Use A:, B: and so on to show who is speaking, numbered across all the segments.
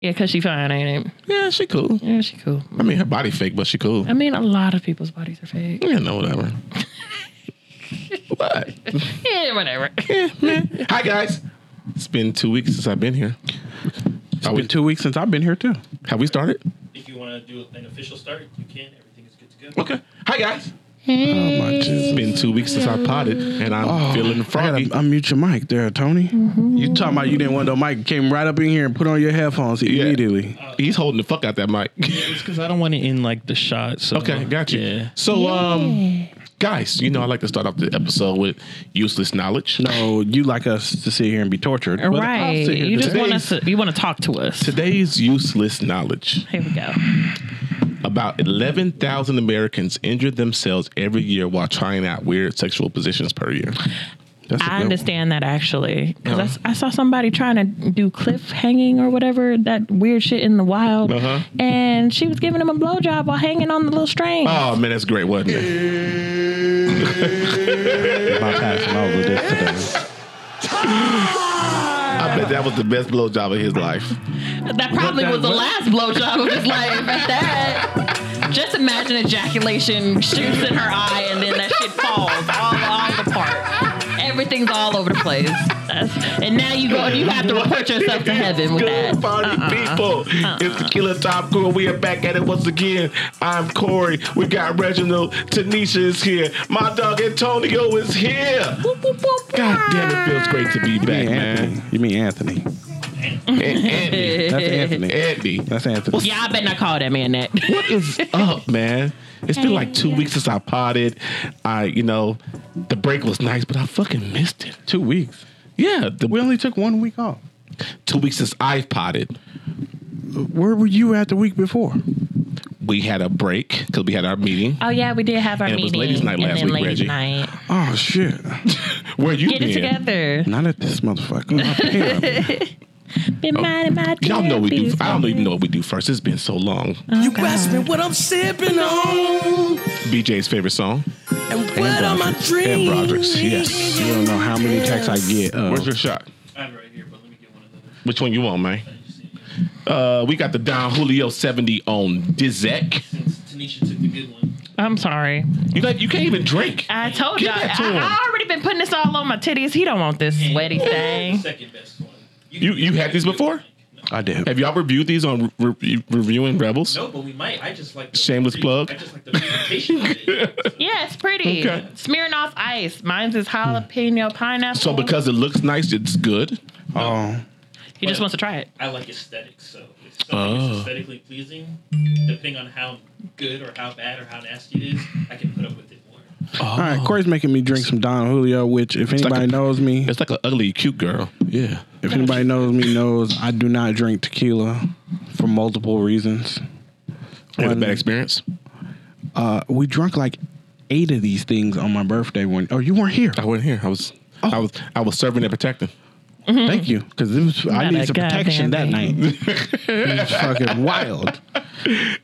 A: Yeah, cause she fine, ain't it?
B: Yeah, she cool.
A: Yeah, she cool.
B: I mean, her body fake, but she cool.
A: I mean, a lot of people's bodies are fake.
B: Yeah, no, whatever. what?
A: Yeah, whatever.
B: Yeah, man. Hi, guys. It's been two weeks since I've been here.
C: It's
B: Are we-
C: been two weeks since I've been here too.
B: Have we started?
D: If you want to do an official start, you can. Everything is good to go.
B: Okay. Hi, guys.
C: Oh my
B: It's
C: Jesus!
B: been two weeks since I potted, and I'm
C: Oh,
B: feeling
C: I
B: froggy.
C: gotta unmute your mic there, Tony. You talking about you didn't want no mic? Came right up in here and put on your headphones
B: Yeah.
C: immediately.
B: He's holding the fuck out that mic.
D: It's because I don't want to end like the shot. So
B: Okay, got you.
D: Yeah.
B: So, um, guys, you know I like to start off the episode with useless knowledge.
C: No, you like us to sit here and be tortured. but I'll
A: right.
C: sit here
A: You
C: to-
A: just want us
B: today's-
A: to. You want to talk to us.
B: Today's useless knowledge:
A: Here we go.
B: about eleven thousand Americans injure themselves every year while trying out weird sexual positions per year.
C: That's a good
A: I
C: one.
A: understand that actually, because I, saw somebody trying to do cliff hanging or whatever that weird shit in the wild,
B: Uh-huh.
A: and she was giving him a blowjob while hanging on the little string.
B: Oh man, that's great, wasn't it?
C: bypassing all of this today.
B: I bet that was the best blowjob of his life.
A: that probably
C: that
A: was the
C: was-
A: last blowjob of his life. At that, just imagine ejaculation shoots in her eye, and then that shit falls all off the part. Everything's all over the place, That's, and now you go. You have to report yourself to heaven with
B: Good
A: that. Uh-uh.
B: party people. It's the Killer Top Crew. We are back at it once again. I'm Corey. We got Reginald. Tanisha is here. My dog Antonio is here. God damn, it feels great to be back,
C: You mean
B: man.
C: Anthony? You mean Anthony?
B: And Andy.
C: That's Anthony.
B: Andy.
C: That's Anthony.
A: Yeah, I better not call that man that.
B: What is up, man? It's been like two weeks since I potted. I, you know, the break was nice, but I fucking missed it.
C: Two weeks.
B: Yeah, the
C: We only took one week off.
B: two weeks since I've potted.
C: Where were you at the week before?
B: We had a break because we had our meeting.
A: Oh yeah, we did have our
B: And it
A: meeting.
B: was ladies' night last
A: and then
B: week,
A: ladies'
B: Reggie.
A: night.
C: Oh shit!
B: Where you
A: Get
B: been?
A: it together.
C: Not at this motherfucker. My parents.
A: Been minding my
B: Oh, Y'all know we do.
A: therapies.
B: I don't even know what we do first. It's been so long.
E: You asked me what I'm sipping on
B: BJ's favorite song.
E: and what are my dreams.
B: And Broderick's, yes.
C: you don't know how many texts I get. Uh,
B: Where's your shot?
D: I have it right here, but let me get one of those.
B: Which one you want, man? Uh, we got the Don Julio 70 on Dizek.
D: Since Tanisha took the good one.
A: I'm sorry.
B: You like you can't even drink.
A: I told
B: Give
A: y'all.
B: that to
A: I,
B: him.
A: I already been putting this all on my titties. He don't want this sweaty thing.
D: Second best one.
B: You you had these before?
C: I did.
B: Have y'all reviewed these on re- re- reviewing Rebels?
D: No, but we might. I just like the
B: Shameless plug.
D: I just like the presentation. of it.
A: Yeah, it's pretty.
B: Okay.
A: Smirnoff Ice. Mine's is jalapeno pineapple.
B: So because it looks nice, it's good.
C: Oh,
A: he just wants to try it.
D: I like aesthetics, so if something
B: Oh.
D: is aesthetically pleasing, depending on how good or how bad or how nasty it is, I can put up with it more.
C: all right. Corey's making me drink some Don Julio, which if
B: like
C: anybody
B: a-
C: knows me,
B: It's like an ugly cute girl. Yeah.
C: if anybody knows me knows I do not drink tequila for multiple reasons.
B: Had a
C: One,
B: bad experience.
C: uh, we drunk like eight of these things on my birthday one. Oh, you weren't here.
B: I wasn't here. I was I was I was serving and protecting. Hmm.
C: Thank you, because it was I
A: Not
C: needed
A: a
C: some protection that
A: goddamn
C: night. it was fucking wild.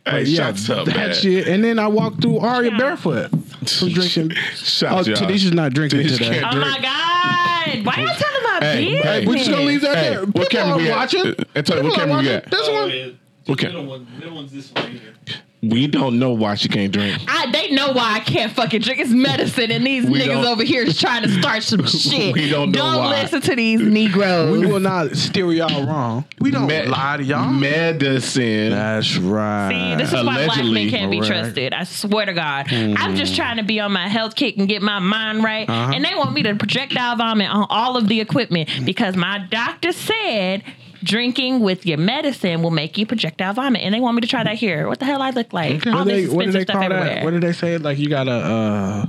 B: Hey,
C: yeah,
B: shots up,
C: that
B: man.
C: shit. And then I walked through Aria
A: Shots.
C: barefoot. Who's drinking? Oh,
B: Shots, y'all.
C: Tanisha's not drinking
B: Tanisha
C: today.
B: can't-
A: Oh my god! Why y'all telling my
B: Hey,
A: business?
B: hey,
C: We just gonna leave that
B: Hey,
C: there.
B: what
C: People
B: camera
C: are
B: we at?
C: watching.
B: Uh, uh, Tony, what
C: People are
B: camera you
C: watching.
B: at?
C: This one.
D: Oh, yeah, the
B: Okay.
D: Middle one, middle one's this one right here.
B: We don't know why she can't drink.
A: I, they know why I can't fucking drink. It's medicine, and these
B: We
A: niggas
B: don't-
A: over here is trying to start some shit.
B: We don't know why.
A: listen to these Negroes.
C: We will not steer y'all wrong. We don't
B: Me-
C: lie to y'all.
B: Medicine.
C: That's
A: See,
C: right.
A: this is why black
B: Allegedly,
A: men can't be
C: correct.
A: trusted. I swear to God. I'm just trying to be on my health kick and get my mind right.
C: Hmm. Uh-huh.
A: And they want me to projectile vomit on all of the equipment because my doctor said drinking with your medicine will make you projectile vomit. And they want me to try that here. What the hell I look like? All
C: what,
A: this
C: they,
A: expensive
C: what do they
A: stuff
C: call
A: everywhere.
C: that? What do they say? Like you gotta uh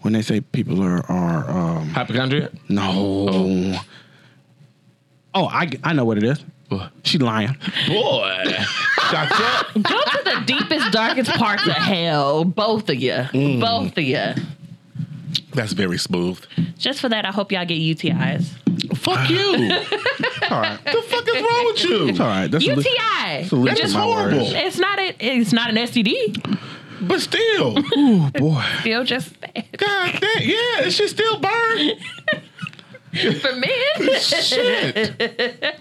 C: when they say people are are um
B: Hypochondria?
C: no. Oh, I I know what it is.
B: What?
C: She lying.
B: Boy. Shots up.
A: Go to the deepest, darkest parts of hell, both of you.
C: Mm.
A: Both of you.
B: That's very smooth.
A: Just for that, I hope y'all get UTIs.
B: Fuck you.
C: It's all right.
B: the fuck is wrong with you?
C: It's all right. That's a li-
A: UTI.
C: that's a list
B: That is
C: of my words.
B: horrible.
A: It's not a, it's not an STD.
B: But still. God
C: Oh boy.
A: Feel just
B: damn. Yeah, it should still burn.
A: for men.
B: Shit.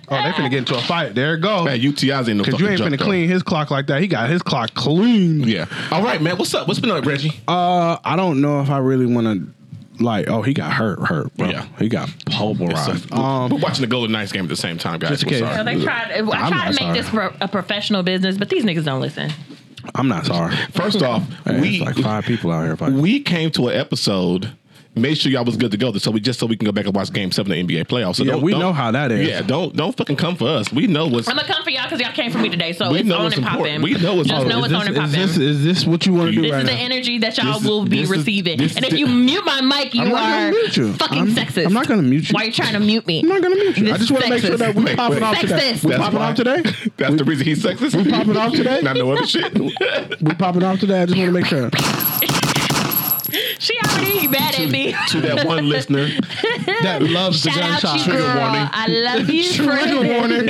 F: Oh, they finna get into a fight. There it go.
B: Man, UTI's ain't no
F: Cause
B: fucking
F: you ain't
B: joke,
F: finna
B: though.
F: clean his clock like that. He got his clock clean.
B: Yeah. All right, man. What's up? What's been up, Reggie?
C: Uh, I don't know if I really want to. Like, oh, he got hurt, hurt, bro.
B: Yeah.
C: he got pulverized.
B: It's, uh,
C: Um,
B: we're watching the Golden Knights game at the same time, guys.
C: Just in
B: We're
C: case.
A: No,
B: sorry.
A: they tried. I
C: I'm
A: tried
C: not
A: to make
C: sorry.
A: this pro- a professional business, but these niggas don't listen.
C: I'm not sorry.
B: First off,
C: Hey,
B: we
C: it's like five people out here. Fighting.
B: we came to an episode. Made sure y'all was good to go, so we just so we can go back and watch Game Seven of the NBA playoffs. So
C: Yeah,
B: don't-
C: we
B: don't-
C: know how that is.
B: Yeah, don't don't fucking come for us. We know what's.
A: I'm gonna come for y'all because y'all came for me today, so
B: We
A: it's
B: know
A: on
B: what's
A: and popping.
B: important. We know what's
C: Oh,
A: Just
B: important.
A: know it's
F: Is
A: on and
F: this-
A: popping.
F: Is
A: This,
F: this, is this what you want to do
A: is
F: right
A: the
F: now?
A: energy that y'all
B: This is-
A: will be
B: this is-
A: receiving.
B: this
A: and
B: is
A: if you
B: the-
A: mute my mic, you
C: I'm not gonna
A: are
C: mute you.
A: fucking
C: I'm-
A: sexist.
C: I'm not gonna mute you.
A: Why you trying to mute me?
C: I'm not gonna mute you. I
A: This
C: just want to make sure
A: sexist.
C: that we
B: Wait,
C: popping
B: wait.
C: off today.
A: Sexist.
C: We
B: That's
C: popping
B: why-
C: off today.
B: That's the reason he's sexist.
C: We popping off today?
B: Not no other shit.
C: We popping off today. I just want to make sure.
A: She already mad at me.
B: to that one listener,
F: That loves the
A: Shout out
F: gunshot.
A: you, girl. I love you,
F: Trigger
A: Brandon.
F: warning.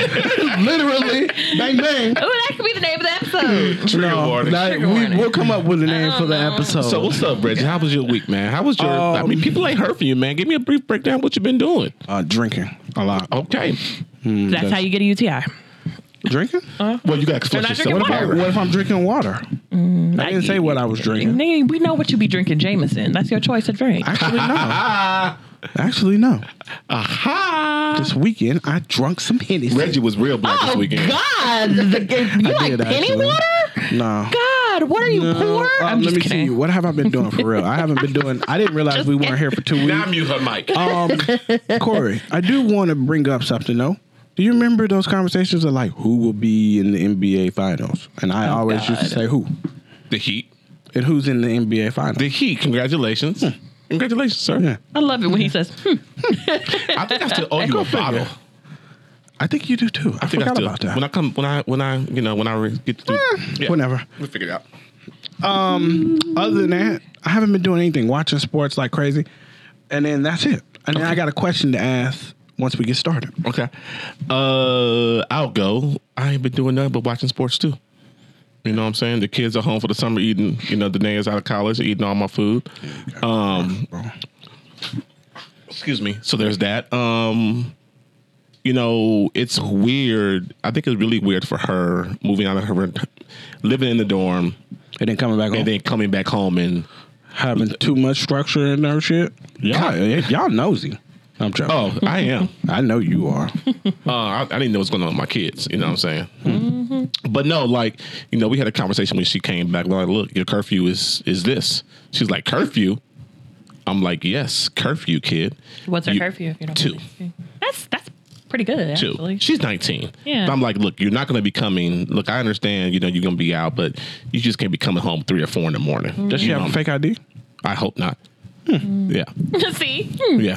F: Literally. Bang bang.
A: Ooh, that could be the name of the episode.
B: trigger warning.
F: that-
A: Trigger
F: we,
A: warning. Uh-huh.
F: we'll come up with a name
A: don't
F: for the
A: know.
F: episode.
B: So what's up, Reggie? How was your week, man? How was your? I
C: Um,
B: mean, people ain't heard from you, man. Give me a brief breakdown. of What you been doing?
C: Uh, drinking a lot.
B: Okay.
A: That's how you get a UTI.
C: Drinking?
A: Oh.
B: Well, you got to
A: They're
B: flush
A: not
B: yourself.
A: drinking
B: down.
A: water.
C: What if I'm drinking water? I didn't say what I was drinking.
A: Mm, Nigga, we know what you be drinking, Jameson. That's your choice of drink.
C: Actually, no. Actually, no.
B: Ah, Aha!
C: This weekend, I drunk some Hennessy.
B: Reggie was real black this
A: Oh
B: weekend.
A: God! The- you like
C: did,
A: penny
C: actually.
A: water?
C: No.
A: God, what are you
C: No,
A: poor?
C: um,
A: I'm
C: let
A: just
C: me
A: kidding.
C: see. you. What have I been doing for real? I haven't been doing. I didn't realize we weren't here for two
B: Now
C: weeks.
B: mute her mic.
C: Um, Corey, I do want to bring up something though. Do you remember those conversations of like who will be in the NBA finals? And I
A: Oh,
C: always used to say who
B: the Heat.
C: and who's in the NBA finals.
B: The Heat. Congratulations. Congratulations, sir.
C: Hmm. Yeah.
A: I love it when he says, hmm,
B: I think I still owe you a bottle.
C: I think you do too. I,
B: I think I
C: forgot
B: still.
C: about that. Eh,
B: When I come, when I, when I, you know, when I re- get to, yeah.
C: Whenever.
B: we figure it out.
C: Other than that, I haven't been doing anything, watching sports like crazy. And then that's it. And then I got a question to ask once we get started.
B: Okay. Uh, I'll go. I ain't been doing nothing but watching sports too. You know what I'm saying? The kids are home for the summer eating, you know, the nails out of college, eating all my food. Um, excuse me. So there's that. Um, you know, it's weird. I think it's really weird for her moving out of her, living in the dorm,
C: And then coming back
B: and
C: home,
B: then coming back home and
C: having too much structure in their shit. Y'all, y'all nosy. I'm joking.
B: oh, I am.
C: I know you are.
B: Uh, I, I didn't know what's going on with my kids. You know what I'm saying?
A: Mm-hmm.
B: But no, like you know, we had a conversation when she came back. We're like, look, your curfew is is this? She's like, curfew. I'm like, yes, curfew, kid.
A: "What's our
B: You-
A: curfew?" If you don't
B: Two.
A: That's that's pretty good
B: Two.
A: actually.
B: She's 19.
A: Yeah.
B: But I'm like, look, you're not going to be coming. Look, I understand. You know, you're going to be out, but you just can't be coming home three or four in the morning.
C: Does she
B: You
C: have
B: know,
C: a fake ID?
B: I hope not.
A: Hmm.
B: Yeah,
A: see?
B: yeah.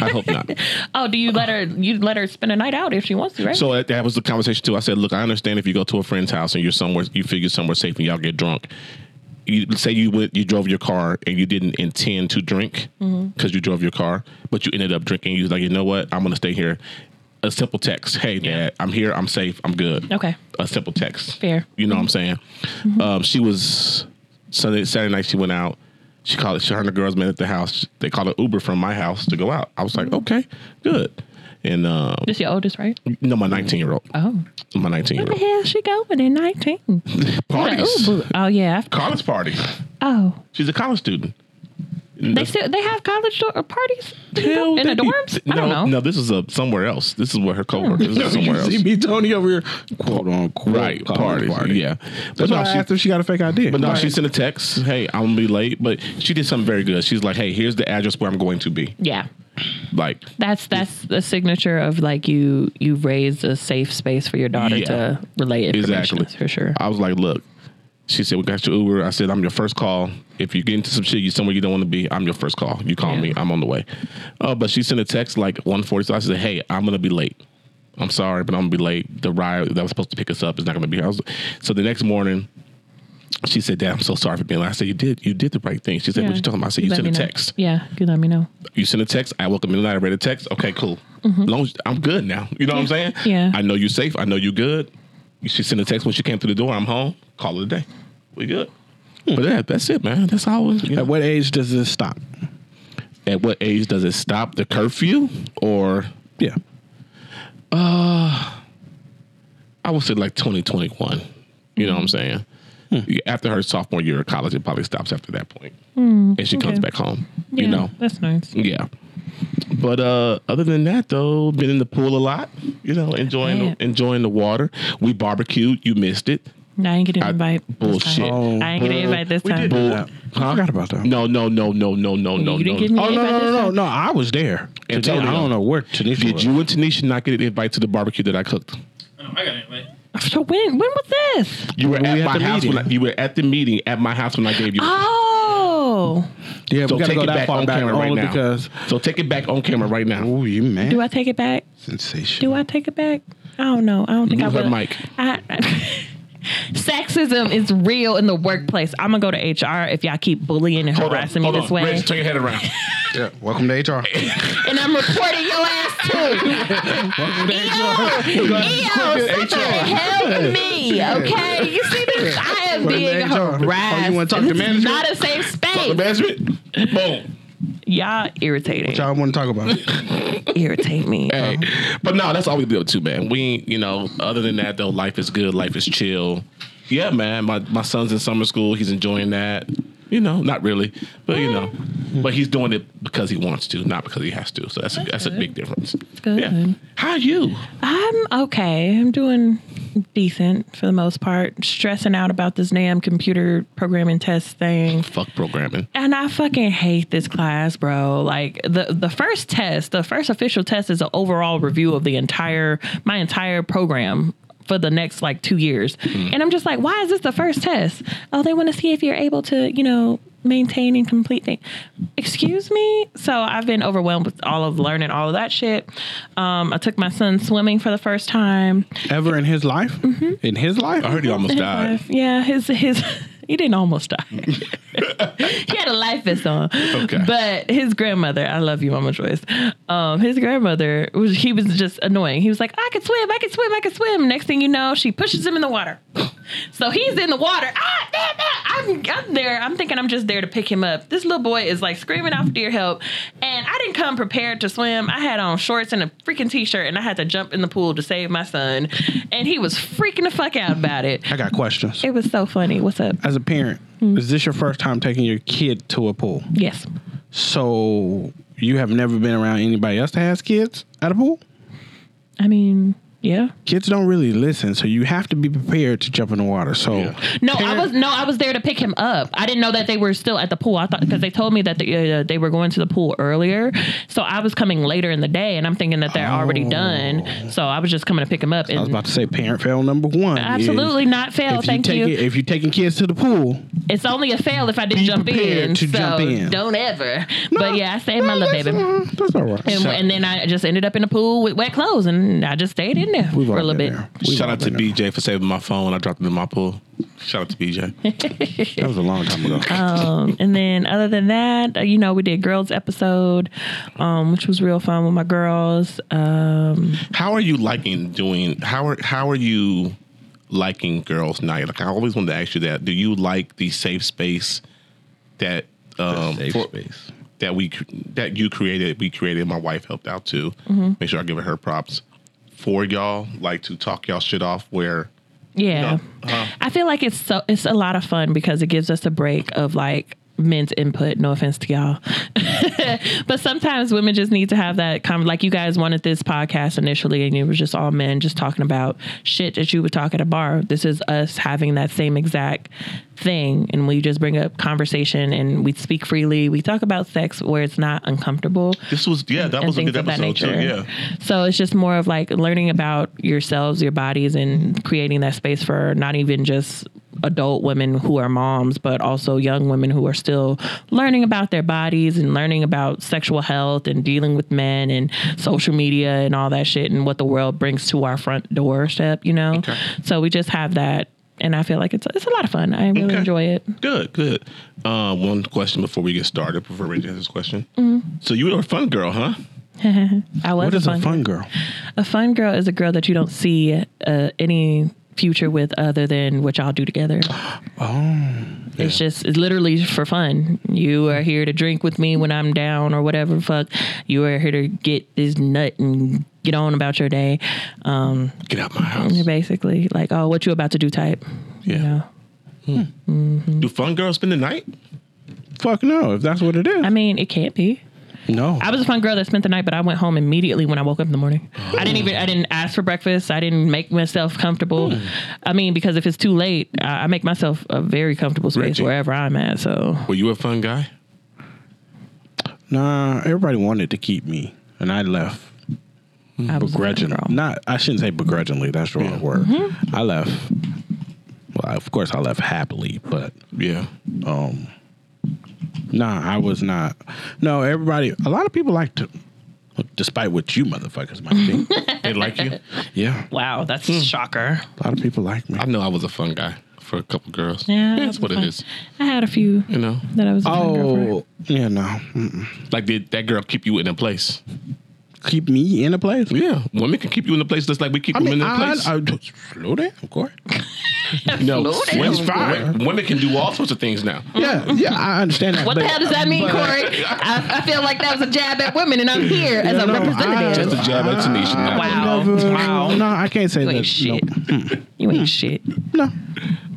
B: I hope not.
A: Oh, do you let her? You let her spend a night out if she wants to, right?
B: So that, that was the conversation too. I said, look, I understand if you go to a friend's house and you're somewhere, you figure somewhere safe and y'all get drunk. You say you went, you drove your car and you didn't intend to drink because
A: Mm-hmm.
B: you drove your car, but you ended up drinking. You was like, you know what? I'm gonna stay here. A simple text, hey dad, I'm here, I'm safe, I'm good.
A: Okay.
B: A simple text.
A: Fair. Mm-hmm.
B: You know what I'm saying? Um, she was Sunday Saturday night. She went out. She called. She her and the girls met at the house. They called an Uber from my house to go out. I was like,
A: Mm-hmm.
B: okay, good. And um,
A: this your oldest, right?
B: no, my 19 year old.
A: Oh,
B: My 19 year
A: where the
B: old.
A: hell she going at nineteen?
B: Parties.
A: Oh yeah. after-
B: College party.
A: Oh,
B: She's a college student.
A: they still they have college do- uh, parties
B: Hell,
A: in the
B: they be-
A: dorms. I
B: no,
A: don't know.
B: No, this is a somewhere else. This is where her coworkers this is somewhere else.
C: Oh. See me, Tony, over here. Quote unquote.
B: Right,
C: college
B: parties. Yeah. But
C: That's
B: no,
C: why I
B: she,
C: asked if she got a fake ID.
B: but no,
C: Like,
B: she sent a text. Hey, I'm gonna be late. But she did something very good. She's like, Hey, here's the address where I'm going to be.
A: yeah.
B: Like
A: That's that's the signature of like you you raised a safe space for your daughter
B: Yeah.
A: to relay information
B: Exactly.
A: that's for sure.
B: I was like, Look. She said, We got your Uber. I said, I'm your first call. If you get into some shit, you somewhere you don't want to be, I'm your first call. You call
A: Yeah.
B: me, I'm on the way. Uh, but she sent a text like 140. So I said, Hey, I'm gonna be late. I'm sorry, but I'm gonna be late. The ride that was supposed to pick us up is not gonna be here. I was- so the next morning, she said, Dad, I'm so sorry for being late. I said, You did, you did the right thing. She said, What
A: Yeah.
B: you talking about? I said, You
A: let
B: sent a
A: me know.
B: text.
A: Yeah, you let me know.
B: You sent a text. I woke up in the night. I read a text. Okay, cool. Long as- I'm good now. You know what I'm saying?
A: Mm-hmm. Yeah.
B: I know you're safe. I know you're good. She sent a text when she came through the door. I'm home. Call it a day.
A: Hmm.
B: We good. But yeah, that's it, man. That's all. You know.
C: At what age does this stop?
B: At what age does it stop the curfew? Or Uh,
C: Yeah.
B: I would say like 2021. You know what I'm saying?
A: Mm-hmm. Hmm.
B: You- After her sophomore year of college, it probably stops after that point. and she comes
A: Hmm. okay.
B: back home.
A: Yeah,
B: You know?
A: that's nice.
B: Yeah. But uh, other than that, though, been in the pool a lot. You know, enjoying
A: Yeah.
B: enjoying the water. We barbecued. You missed it.
A: No, I didn't get an
B: I-
A: invite. this
B: bullshit.
A: time.
C: Oh,
A: I didn't get an invite this
B: We
A: time.
B: did
C: Yeah.
B: that.
C: I forgot about that.
B: No, no, no, no, no, no, no,
A: you didn't
B: no.
A: give me
C: Oh
A: an
C: no
A: invite
C: no
A: this
C: no no
A: time?
C: no! I was there. Today, I
B: Antonio.
C: don't know where Tanisha
B: Did
C: was.
B: you and Tanisha not get an invite to the barbecue that I cooked?
D: I know, I got it, right?
A: So when? When was this?
B: You were
C: Were we
B: at
C: at
B: my
C: the
B: house when I,
C: meeting?
B: you were at the meeting at my house when I gave you.
A: Ah. Oh,
C: Yeah,
B: so
C: we gotta
B: take
C: go
B: it
C: that
B: back
C: far
B: on
C: back
B: camera right
C: only
B: now.
C: because.
B: so take it back on camera right now.
C: Oh, you man.
A: do I take it back?
C: Sensation.
A: Do I take it back? I don't know. I don't think
B: Move
A: I
B: her
A: would.
B: mic.
A: I, sexism is real in the workplace. I'm gonna go to HR if y'all keep bullying and
B: Hold on,
A: harassing
B: hold
A: me
B: on.
A: this way,
B: Rich, turn your head around.
G: Yeah. Welcome to HR.
A: and I'm reporting your ass too. Ew, somebody help me, okay? You see this? I am
G: Put it
A: being
G: in HR.
A: harassed.
G: Oh, you wanna talk to
A: This is
G: management?
A: Not a safe
B: The
A: space.
B: management. Boom.
A: Y'all irritating.
G: Y'all want to talk about it?
A: Irritate me.
B: Hey, but no, that's all we do too, man. We, ain't, you know, other than that though, life is good. Life is chill. Yeah, man. My my son's in summer school. He's enjoying that. You know, not really, but you know, but he's doing it because he wants to, not because he has to. So that's a, that's a big difference.
A: good.
B: Yeah. How are you?
A: I'm okay. I'm doing decent for the most part. Stressing out about this damn computer programming test thing.
B: Fuck programming.
A: And I fucking hate this class, bro. Like the the first test, the first official test is an overall review of the entire my entire program for the next like 2 years. And I'm just like, why is this the first test? Oh, they want to see if you're able to, you know, maintain and complete things. Excuse me? So I've been overwhelmed with all of learning all of that shit. Um, I took my son swimming for the first time.
C: Ever in his life? Mm-hmm. In his life?
B: I heard he almost died.
A: Life- Yeah, his his he didn't almost die. he had a life vest on.
B: Okay.
A: But his grandmother, I love you, Mama Joyce. Um, his grandmother was he was just annoying. He was like, I can swim, I can swim, I can swim. Next thing you know, she pushes him in the water. So he's in the water. Ah, damn, ah. I'm, I'm there. I'm thinking I'm just there to pick him up. This little boy is like screaming out for dear help. And I didn't come prepared to swim. I had on shorts and a freaking t shirt, and I had to jump in the pool to save my son. And he was freaking the fuck out about it.
C: I got questions.
A: It was so funny. What's up?
C: As a parent,
A: Mm-hmm.
C: is this your first time taking your kid to a pool?
A: Yes.
C: So you have never been around anybody else that has kids at a pool?
A: I mean, yeah.
C: Kids don't really listen, so you have to be prepared to jump in the water. So
A: No, I
C: Parent-
A: was no, I was there to pick him up. I didn't know that they were still at the pool. I thought because they told me that they, uh, they were going to the pool earlier, so I was coming later in the day, and I'm thinking that they're already done. So I was just coming to pick him up. And
C: Oh. I was about to say parent fail number one. is
A: absolutely not fail.
C: If
A: thank
C: you
A: you.
C: take It, if you're taking kids to the pool,
A: it's only a fail if I didn't jump
C: prepared
A: in.
C: to
A: so
C: jump in.
A: don't ever. but yeah, I saved my little
C: that's,
A: baby.
C: uh, that's all right.
A: And, and then I just ended up in the pool with wet clothes, and I just stayed in there
C: We've
A: for a
C: all
A: little bit.
C: been there. We've
B: Shout
C: all
B: out to
C: been there.
B: BJ for saving my phone when I dropped it in my pool. Shout out to BJ.
C: That was a long time ago.
A: Um, and then other than that, uh, you know, we did girls episode, um, which was real fun with my girls. Um,
B: How are you liking doing? How are how are you liking girls' night? Like I always wanted to ask you that. Do you like the safe space that um,
H: safe
B: for-
H: space.
B: that we cr- that you created? We created. My wife helped out too.
A: Mm-hmm.
B: Make sure I give her her props for y'all. Like to talk y'all shit off. Where
A: yeah, I feel like it's so it's a lot of fun because it gives us a break of like men's input. No offense to y'all, but sometimes women just need to have that kind like you guys wanted this podcast initially, and it was just all men just talking about shit that you would talk at a bar. This is us having that same exact thing, and we just bring up conversation and we speak freely. We talk about sex where it's not uncomfortable.
B: this was yeah that
A: and
B: was a
A: things
B: good
A: of that
B: episode too.
A: nature.
B: Yeah.
A: So it's just more of like learning about yourselves, your bodies, and creating that space for not even just adult women who are moms, but also young women who are still learning about their bodies and learning about sexual health and dealing with men and social media and all that shit and what the world brings to our front doorstep, you know? So we just have that. And I feel like it's it's a lot of fun. I really
B: Okay.
A: enjoy it.
B: Good, good. Uh, one question before we get started, before Reggie has this question.
A: Mm-hmm.
B: So you were a fun girl, huh?
A: I was
C: what is a
A: fun
C: fun girl?
A: A fun girl is a girl that you don't see uh, any future with other than what y'all do together. It's just it's literally for fun. You are here to drink with me when I'm down or whatever the fuck. You are here to get this nut and get on about your day. Um,
B: Get out my house.
A: basically, like, oh, what you about to do type.
B: Yeah.
A: You know?
B: Do fun girls spend the night?
C: Fuck no, if that's what it is.
A: I mean, it can't be.
C: no.
A: I was a fun girl that spent the night, but I went home immediately when I woke up in the morning. I didn't even I didn't ask for breakfast. I didn't make myself comfortable.
B: Hmm.
A: I mean, because if it's too late, I, I make myself a very comfortable space
B: Reggie.
A: wherever I'm at. So
B: Were you a fun guy?
C: nah, everybody wanted to keep me, and I left.
A: I was a fun
C: Begrudgingly.
A: girl. Mm-hmm.
C: Not, I shouldn't say begrudgingly. That's the wrong word. I left. Well, of course, I left happily, but
B: Yeah.
C: um, nah, I was not. No, everybody. A lot of people like to, despite what you motherfuckers might think.
B: They like you?
C: yeah,
A: Wow, that's
B: Hmm.
A: a shocker.
C: a lot of people like me.
B: I know I was a fun guy for a couple girls.
A: Yeah, I
B: That's
A: was
B: what it
A: fun.
B: is.
A: I had a few
B: You know?
A: that I was. a fun girl for.
C: Oh, yeah, no. Mm-mm.
B: Like did that girl keep you in a place?
C: Keep me in a place.
B: Yeah. Women can keep you in a place just like we keep
C: I mean,
B: women in a
C: I,
B: place.
C: I, slow down, of course.
B: Oh, no,
A: Slow down,
B: women's
A: girl.
B: fine. Women can do all sorts of things now.
C: Yeah, yeah, I understand that.
A: What the
C: but-
A: hell does that mean,
C: but-
A: Corey? I, I feel like that was a jab at women, and I'm here as
C: Yeah,
A: a
C: no, I-
A: representative.
B: Just a jab at Tanisha. now.
A: Wow.
C: Never-
A: Wow.
C: No, I can't say
A: you
C: that.
A: ain't
C: Nope.
A: shit. You
B: Hmm.
A: ain't shit.
C: No,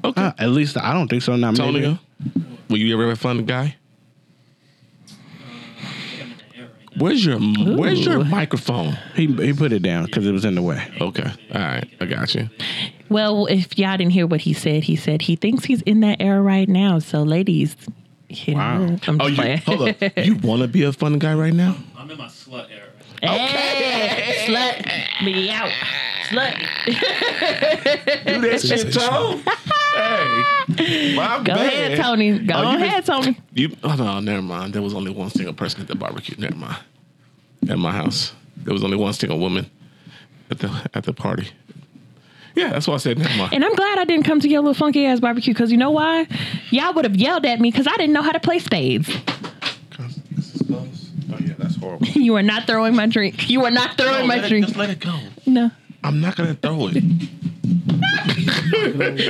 B: Okay.
C: Uh, at least I don't think so. Not
B: Antonio,
C: maybe.
B: were you ever a fun guy?
D: I'm in the air right now.
B: Where's your Where's your
A: Ooh.
B: microphone?
C: He he put it down because it was in the way.
B: Okay. All right. I got you.
A: Well, if y'all didn't hear what he said, he said he thinks he's in that era right now. So, ladies, you know, I'm just
B: Oh, you,
A: playing.
B: hold up. You want to be a fun guy right now?
D: I'm in my slut era. Right now.
A: Hey, slut me out, slut.
B: Do that shit, Tone. Hey, my
A: Go
B: bad.
A: ahead, Tony. Go
B: Oh, you been-
A: ahead, Tony.
B: You, oh no, never mind. There was only one single person at the barbecue. Never mind. At my house, there was only one single woman at the at the party. Yeah, that's why I said never mind.
A: And I'm glad I didn't come to your little funky ass barbecue because you know why? Y'all would have yelled at me because I didn't know how to play spades.
B: Oh yeah, that's horrible.
A: You are not throwing my drink. You are not throwing my
B: let it,
A: drink.
B: just let it go.
A: No.
B: I'm not gonna throw it.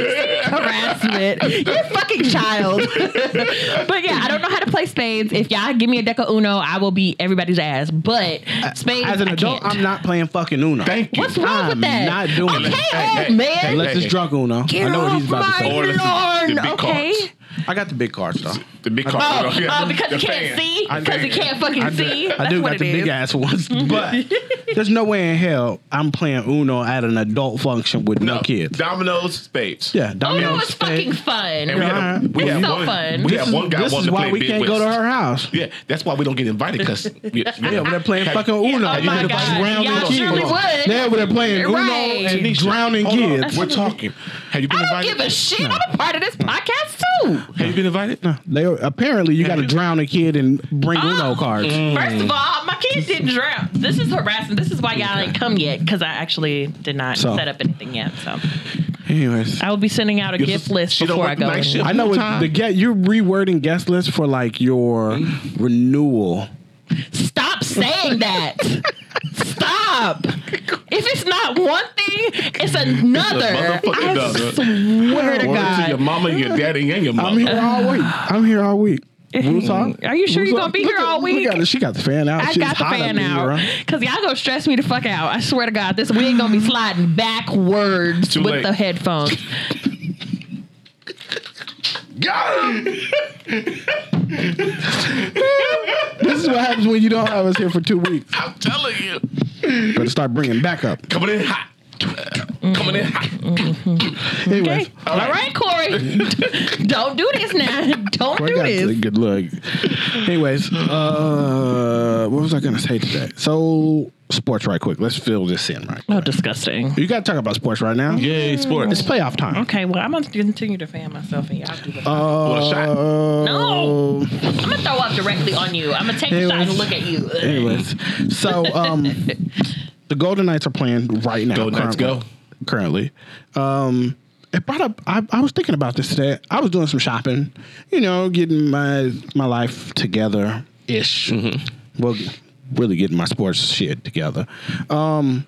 A: Harassment. You're a fucking child. but yeah, I don't know how to play spades. If y'all give me a deck of Uno, I will beat everybody's ass. But spades,
C: Uh, As an adult,
A: I can't.
C: I'm not playing fucking Uno.
B: Thank you.
A: What's wrong
C: I'm
A: with that?
C: not doing
A: okay,
C: it.
A: old
B: hey,
A: man.
B: hey,
C: Unless
B: hey.
C: it's drunk Uno.
A: Get
C: I know what he's
A: off
C: about to
A: my
C: say.
B: Or the- the
A: lawn.
B: big
A: Okay.
B: cards.
C: I got the big cards though.
B: The big car.
A: Oh,
B: you know, yeah,
A: oh, because
B: the
A: you
B: fan.
A: can't see?
B: I
A: Because you
B: think-
A: can't fucking
C: I do,
A: see?
C: I
A: That's what
C: do got
A: it
C: the big
A: is.
C: ass ones, but there's no way in hell I'm playing Uno at an adult function with no,
B: No,
C: kids.
B: Domino's spades.
C: Yeah,
A: Uno
C: Domino
A: is fucking fun.
B: And we had, a- we
A: It's
B: had
A: so
B: one,
A: fun.
B: We
A: This
B: had one guy
C: This
B: wanted
C: is
B: to
C: why
B: play
C: we
B: Big
C: can't go to
B: West.
C: her house.
B: Yeah, that's why we don't get invited because yeah,
C: They over there playing fucking Uno.
A: oh my God.
C: Drowning
A: Y'all
C: kids.
A: surely would.
C: They over there playing Uno
A: Right.
C: and drowning
B: Hold on,
C: kids.
B: We're talking. Have you been
A: I don't
B: invited?
A: give a shit. I'm a part of this podcast too.
B: Have you been invited? No.
C: They apparently you got to drown a kid and bring
A: Oh.
C: Uno cards.
A: First of all, my
B: Hmm.
A: kids didn't drown. This is harassment. This is why y'all ain't come yet because I actually did not
C: So.
A: set up anything yet. So
C: Anyways,
A: I will be sending out a
B: Your
A: gift
B: sister-
A: list
B: she don't
A: before
B: work
A: I go.
B: night
A: in.
B: shift?
C: I know it's
B: Time.
C: the get you're rewording guest list for like your renewal.
A: Stop saying that. Stop. If it's not one thing, it's another.
B: motherfucking
A: I
B: another.
A: swear to
B: to your
A: God.
B: mama, your daddy, and your
C: I'm
B: mama.
C: here all week. I'm here all week. Real talk.
A: Are you sure
C: Real
A: you're
C: talk.
A: gonna be
C: Look
A: here
C: at-
A: all
C: look
A: week?
C: at her. She got the fan out.
A: I
C: She's
A: got the
C: hot up
A: fan
C: in here,
A: out
C: huh?
A: because y'all gonna stress me the fuck out. I swear to God, this wig gonna be sliding backwards
B: Too
A: with
B: late.
A: the headphones.
B: Got him.
C: This is what happens when you don't have us here for two weeks.
B: I'm telling you,
C: Better start bringing back up.
B: coming in hot. Coming in hot.
C: Anyways,
A: All right, Corey, don't do this now. Don't
C: Corey
A: do
C: got
A: this.
C: a good look. Anyways, uh, what was I gonna say today? So sports, right quick. Let's fill this in, right?
A: Oh, disgusting.
C: You gotta talk about sports right now.
B: Yay,
C: It's
B: sports.
C: playoff time.
A: Okay, well, I'm gonna continue to fan myself and y'all do it.
B: Want a shot?
C: Uh,
A: No. I'm gonna throw up directly on you. I'm gonna take a shot and
C: Anyways.
A: look at you.
C: Anyways, so um, the Golden Knights are playing right now.
B: Go Knights,
C: currently-
B: go.
C: Currently, um, it brought up. I, I was thinking about this today. I was doing some shopping, you know, getting my my life together ish.
B: Mm-hmm.
C: Well, really getting my sports shit together. Um,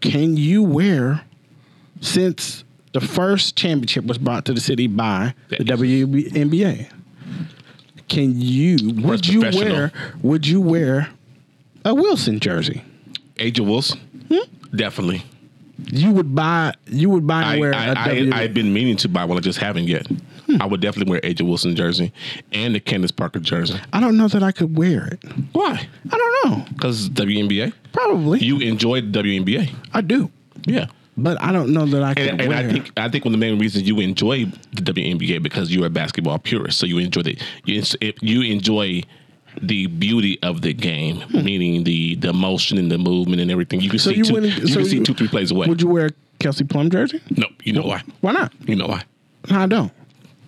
C: can you wear since the first championship was brought to the city by the WNBA? Can you would you
B: professional.
C: wear would you wear a Wilson jersey?
B: Agent Wilson.
C: Hmm?
B: Definitely.
C: You would buy you would buy
B: I,
C: and wear a
B: I,
C: W- Hmm.
B: I, I've been meaning to buy one, I just haven't yet. I would definitely wear Agent Wilson jersey and the Candace Parker jersey.
C: I don't know that I could wear it.
B: Why?
C: I don't know.
B: Because WNBA.
C: Probably.
B: You enjoyed WNBA.
C: I do.
B: Yeah.
C: But I don't know that I could
B: And, and
C: wear
B: I think I think one of the main reasons you enjoy the WNBA because you're a basketball purist, so you enjoy the you, ens- you enjoy the beauty of the game, meaning the the motion and the movement and everything. You can
C: Hmm. So
B: see
C: you
B: two,
C: wouldn't-
B: you
C: so
B: can see
C: you-
B: two three plays away.
C: Would you wear a Kelsey Plum jersey?
B: no, you know why?
C: Why not?
B: You know why?
C: No, I don't.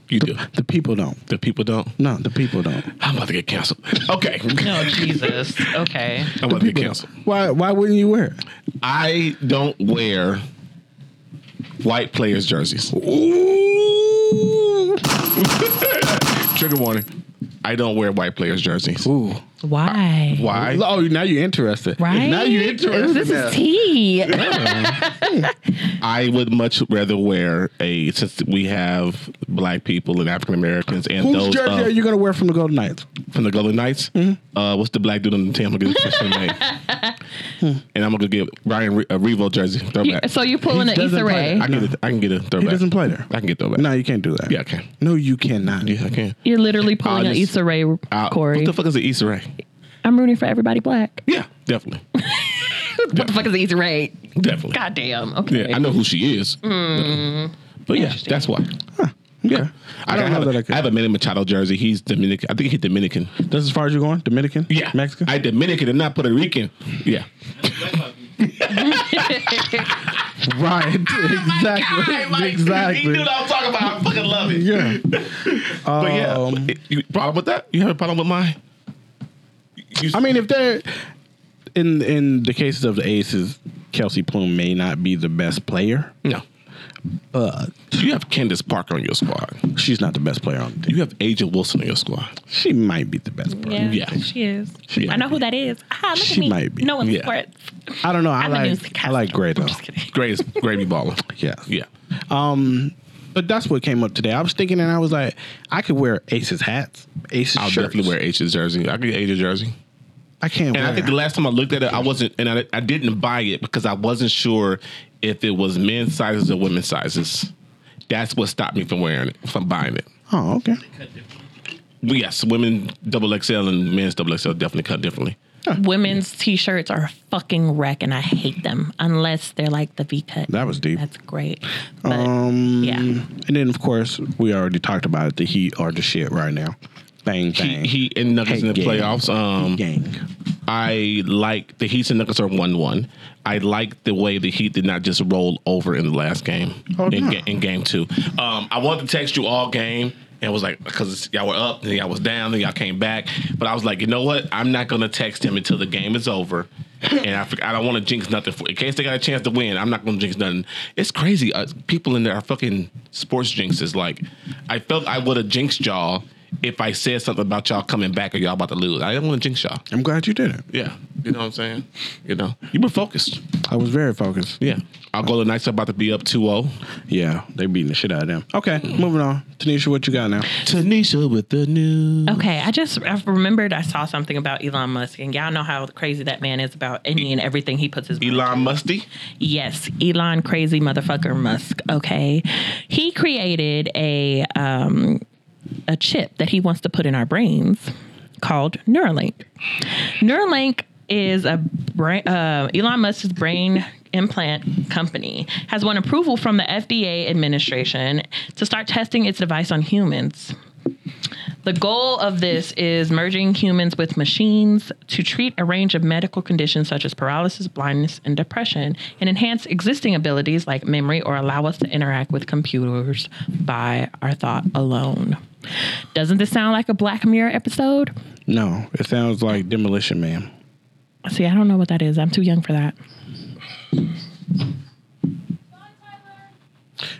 B: You do.
C: The people don't.
B: The people don't.
C: No, the people don't.
B: I'm about to get canceled. Okay,
I: No, Jesus. Okay.
B: I'm about to get canceled.
C: Why why wouldn't you wear it?
B: I don't wear white players' jerseys. Trigger warning. I don't wear white players' jerseys.
C: Ooh.
I: Why?
B: Why?
C: Oh, now you're interested.
I: Right?
C: Now you're interested.
I: This
C: now.
I: is tea.
B: I would much rather wear a since we have black people and African Americans and
C: Whose
B: those
C: jersey
B: uh,
C: are you Mm-hmm. gonna wear from the Golden Knights?
B: from the Golden Knights. Uh, what's the black dude on the team? I'm gonna get his first name. and I'm gonna get Ryan Re- a Revo jersey
I: You-
B: throwback.
I: so you're pulling
C: He
I: an
C: doesn't
I: Issa
C: play
I: Rae.
B: I can get a, I can get a throwback.
C: doesn't play there.
B: I can get throwback.
C: No, you can't do that.
B: Yeah, I can.
C: No, you cannot.
B: Yeah, I can.
I: You're literally pulling an
B: just-
I: Issa Rae,
B: Uh,
I: Corey.
B: What the fuck is an Easter egg?
I: I'm rooting for everybody black.
B: Yeah, definitely,
I: What the fuck is Issa Rae?
B: definitely.
I: Goddamn. Okay.
B: Yeah, I know who she is. Hmm. But yeah,
I: Interesting.
B: that's why. Yeah,
C: I
B: Like,
C: don't know
B: have a-
C: that I could.
B: I have a Manny Machado jersey. He's Dominican. I think he's Dominican.
C: That's as far as you're going? Dominican?
B: Yeah,
C: Mexican?
B: I Dominican and not Puerto Rican. Yeah,
C: right.
B: Oh
C: exactly.
B: I
C: exactly.
B: was talking about. I fucking love it.
C: yeah.
B: But
C: Um,
B: yeah, you problem with that? You have a problem with mine? You-
C: I mean, if they're in in the cases of the aces, Kelsey Plume may not be the best player,
B: no.
C: but
B: You have Candace Parker on your squad.
C: she's not the best player on the team.
B: You have Agent Wilson on your squad.
C: She might be the best player.
B: Yeah.
I: She is.
B: She-
I: I know who that is. Ah, look
C: She
I: at me.
C: might be.
I: No one's
B: Yeah.
I: sports.
C: I don't know. I
I: I'm a
C: like
I: newscaster.
C: I like Gray though.
I: I'm just kidding.
B: Greatest gravy baller.
C: Yeah.
B: Yeah.
C: But that's what came up today. I was thinking and I was like, I could wear aces hats, aces
B: I'll
C: shirts.
B: definitely wear Agent's jersey. I could get Agent's jersey.
C: I can't
B: And
C: wear.
B: I think the last time I looked at it, I wasn't, and I, I didn't buy it because I wasn't sure if it was men's sizes or women's sizes. That's what stopped me from wearing it, from buying it.
C: oh, okay.
B: But yes, women double XL and men's double XL definitely cut differently.
I: Women's t-shirts are a fucking wreck, and I hate them unless they're like the V cut.
C: That was deep.
I: That's great. But,
C: Um,
I: yeah.
C: And then of course we already talked about it. The Heat are the shit right now. Bang bang.
B: He, he and Nuggets in the
C: Hey, gang.
B: playoffs. Um,
C: gang.
B: I like the Heat and Nuggets are one one. I like the way the Heat did not just roll over in the last game
C: Oh,
B: in,
C: no.
B: ga- in game two. Um, I wanted to text you all game and was like because y'all were up and y'all was down and y'all came back, but I was like, you know what? I'm not gonna text him until the game is over. And I, forg- I don't want to jinx nothing. For, in case they got a chance to win, I'm not going to jinx nothing. It's crazy. Uh, people in there are fucking sports jinxes. Like, I felt I would have jinxed y'all if I said something about y'all coming back or y'all about to lose. I didn't want to jinx y'all.
C: I'm glad you did it.
B: Yeah, you know what I'm saying. You know, you were focused.
C: I was very focused.
B: Yeah, our Golden Knights are about to be up oh. 2-0.
C: Yeah, they beating the shit out of them. Okay, moving on. Tanisha, what you got now?
B: Tanisha with the news.
I: Okay, I just I remembered I saw something about Elon Musk, and y'all know how crazy that man is about any and everything he puts his mind
B: Elon Musty.
I: Yes, Elon crazy motherfucker Musk. Okay, he created a um, a chip that he wants to put in our brains called Neuralink. Neuralink is a brain, uh, Elon Musk's brain implant company has won approval from the FDA administration to start testing its device on humans. The goal of this is merging humans with machines to treat a range of medical conditions such as paralysis, blindness, and depression, and enhance existing abilities like memory or allow us to interact with computers by our thought alone. Doesn't this sound like a Black Mirror episode?
C: No, it sounds like Demolition Man.
I: See, I don't know what that is. I'm too young for that.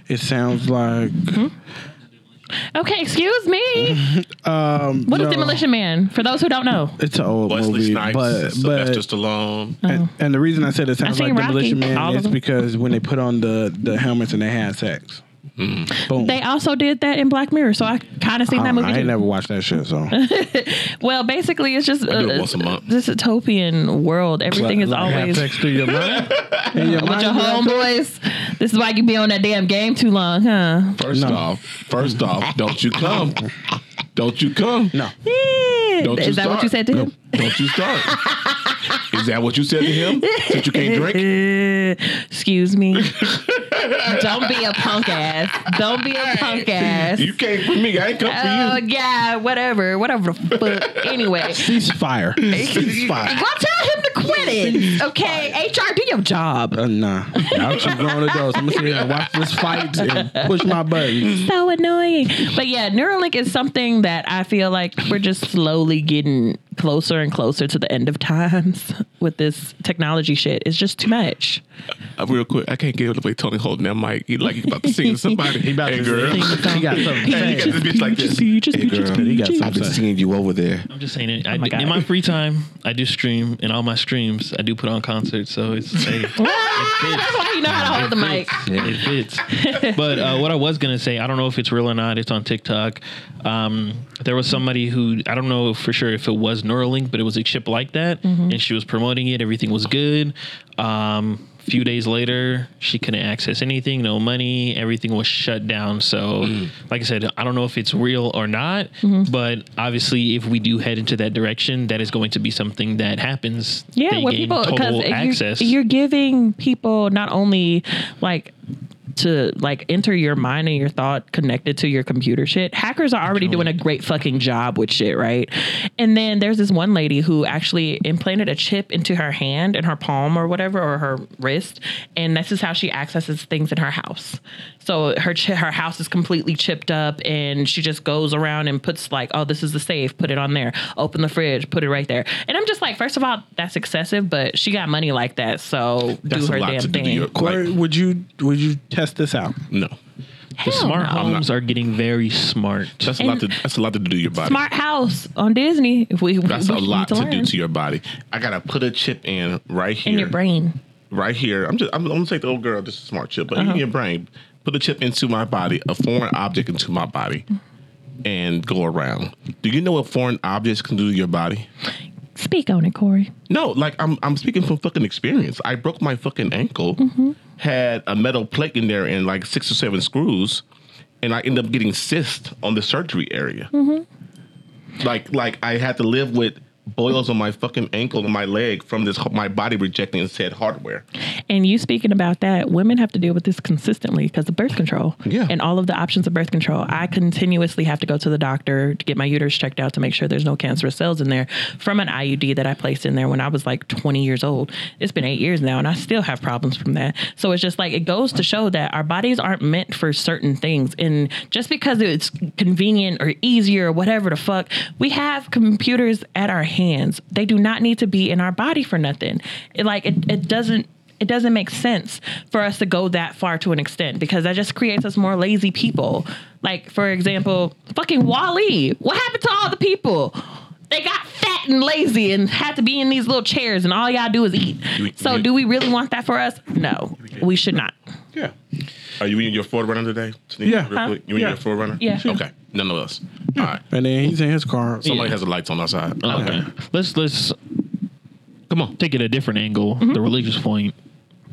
C: It sounds like
I: Okay, excuse me.
C: Um,
I: What is
C: no,
I: Demolition Man? For those who don't know,
C: It's an old
B: Wesley
C: movie,
B: Snipes,
C: but but
B: Sylvester Stallone.
C: and, and the reason I said it sounds
I: seen
C: like Demolition
I: Rocky, all
C: Man
I: of
C: is
I: them.
C: because when they put on the the helmets and they had sex.
B: Mm-hmm.
C: Boom.
I: they also did that in Black Mirror, so I kind of seen
C: I, don't
I: that
C: know, I
I: movie.
C: ain't
I: too.
C: never watched that shit, so
I: Well, basically, it's just
B: do it
I: uh,
B: once a month.
I: this utopian world. Everything is
C: Like, have
I: always
C: sex through your mind. And your
I: with
C: mind
I: your
C: be like-
I: homeboys. This is why you be on that damn game too long, huh?
B: First
C: No.
B: off, first off, don't you come. Don't you come.
C: No.
B: Don't you
I: is that
B: start.
I: what you said to him?
B: Don't you start. Is that what you said to him? Since you can't drink?
I: Uh, excuse me. Don't be a punk ass. Don't be a punk ass.
B: You came for me. I ain't come
I: Oh
B: for you.
I: yeah, whatever, whatever the fuck. Anyway,
C: Ceasefire. Ceasefire.
I: go tell him to quit it. Okay, HR, do your job.
C: Uh, nah, I'll keep going to those. I'm gonna sit here and watch this fight and push my buttons.
I: So annoying. But yeah, Neuralink is something that I feel like we're just slowly getting closer and closer to the end of times with this technology shit. It's just too much.
B: Uh, real quick, I can't give it away. Tony holding that mic. He like he about to sing to somebody. He
C: about
B: hey,
C: to
B: girl.
C: sing. He got something to
B: Hey, he
C: say.
B: got this bitch like this.
I: Peaches, peaches,
B: girl.
C: He got
I: peaches.
C: something to say.
B: seeing you over there.
D: I'm just saying it. I
I: Oh my
D: do-
I: God.
D: in my free time, I do stream, and all my streams, I do put on concerts. So it's hey,
I: Ah, That's why you know how to hold the mic.
D: it fits. but uh, what I was gonna say, I don't know if it's real or not. It's on TikTok. Um, there was somebody who I don't know for sure if it was Neuralink, but it was a chip like that,
I: Mm-hmm.
D: and she was promoting it. Everything was good. Um, few days later, she couldn't access anything, no money, everything was shut down. So, like I said, I don't know if it's real or not,
I: Mm-hmm.
D: but obviously, if we do head into that direction, that is going to be something that happens.
I: Yeah,
D: They
I: when
D: gain
I: people
D: total
I: because you're,
D: access.
I: you're giving people not only like to like enter your mind and your thought connected to your computer shit. Hackers are already doing a great fucking job with shit, right? And then there's this one lady who actually implanted a chip into her hand and her palm or whatever or her wrist, and this is how she accesses things in her house. So her chi- her house is completely chipped up, and she just goes around and puts like, oh, this is the safe, put it on there. Open the fridge, put it right there. And I'm just like, first of all, that's excessive, but she got money like that, so
B: That's
I: do her
B: a lot
I: damn
B: to do
I: thing.
B: to your
C: Corey,
B: like,
C: would you would you test this out?
B: No.
D: The
I: Hell
D: smart
I: no.
D: homes are getting very smart.
B: That's a lot to that's a lot to do to your body.
I: Smart House on Disney. If we,
B: That's
I: we
B: a
I: need
B: lot to,
I: learn.
B: do to your body. I gotta put a chip in right here.
I: in your brain.
B: Right here. I'm just I'm, I'm gonna take the old girl, this is a smart chip, but
I: Uh-huh.
B: in your brain. Put a chip into my body, a foreign object into my body, and go around. Do you know what foreign objects can do to your body?
I: Speak on it, Corey.
B: No, like I'm I'm speaking from fucking experience. I broke my fucking ankle, had a metal plate in there and like six or seven screws, and I ended up getting cysts on the surgery area. Like like I had to live with boils on my fucking ankle and my leg from this my body rejecting said hardware.
I: And you speaking about that, women have to deal with this consistently because of birth control
B: Yeah.
I: and all of the options of birth control. I continuously have to go to the doctor to get my uterus checked out to make sure there's no cancerous cells in there from an IUD that I placed in there when I was like 20 years old. It's been eight years now, and I still have problems from that. So it's just like it goes to show that our bodies aren't meant for certain things, and just because it's convenient or easier or whatever the fuck, we have computers at our hands. They do not need to be in our body for nothing. It, like it, it doesn't it doesn't make sense for us to go that far to an extent because that just creates us more lazy people. Like, for example, fucking Wally. What happened to all the people? They got fat and lazy and had to be in these little chairs, and all y'all do is eat.
B: You-
I: So,
B: you-
I: do we really want that for us? No, we should not.
B: Yeah. Are you in your forerunner today? Sneak
C: Yeah.
B: Real
I: Huh?
B: quick? You in
C: Yeah.
B: your forerunner?
I: Yeah. Sure.
B: Okay. None of us. All right.
C: And then he's in his car. So
B: Somebody has the lights on outside.
D: Okay. Um, Let's let's
B: Come on.
D: take it a different angle,
B: Mm-hmm.
D: the religious point.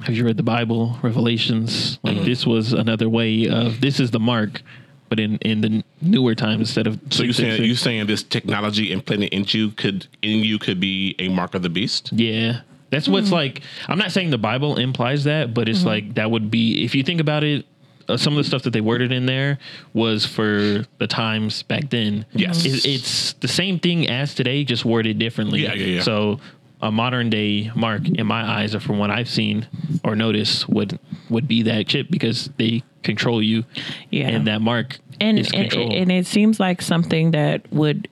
D: Have you read the Bible, Revelations? Like
B: Mm-hmm.
D: this was another way of this is the mark, but in in the newer times instead of
B: So you saying you
D: 666.
B: saying this technology implanted into you could in you could be a mark of the beast?
D: Yeah. That's what's
B: Hmm.
D: like. I'm not saying the Bible implies that, but it's
B: Mm-hmm.
D: like that would be, if you think about it, uh, some of the stuff that they worded in there was for the times back then.
B: Yes.
D: It, it's the same thing as today, just worded differently.
B: Yeah, yeah, yeah.
D: So a modern day mark, in my eyes, or from what I've seen or noticed, would would be that chip because they control you.
I: Yeah.
D: And that mark
I: and
D: is
I: and,
D: control.
I: and it seems like something that would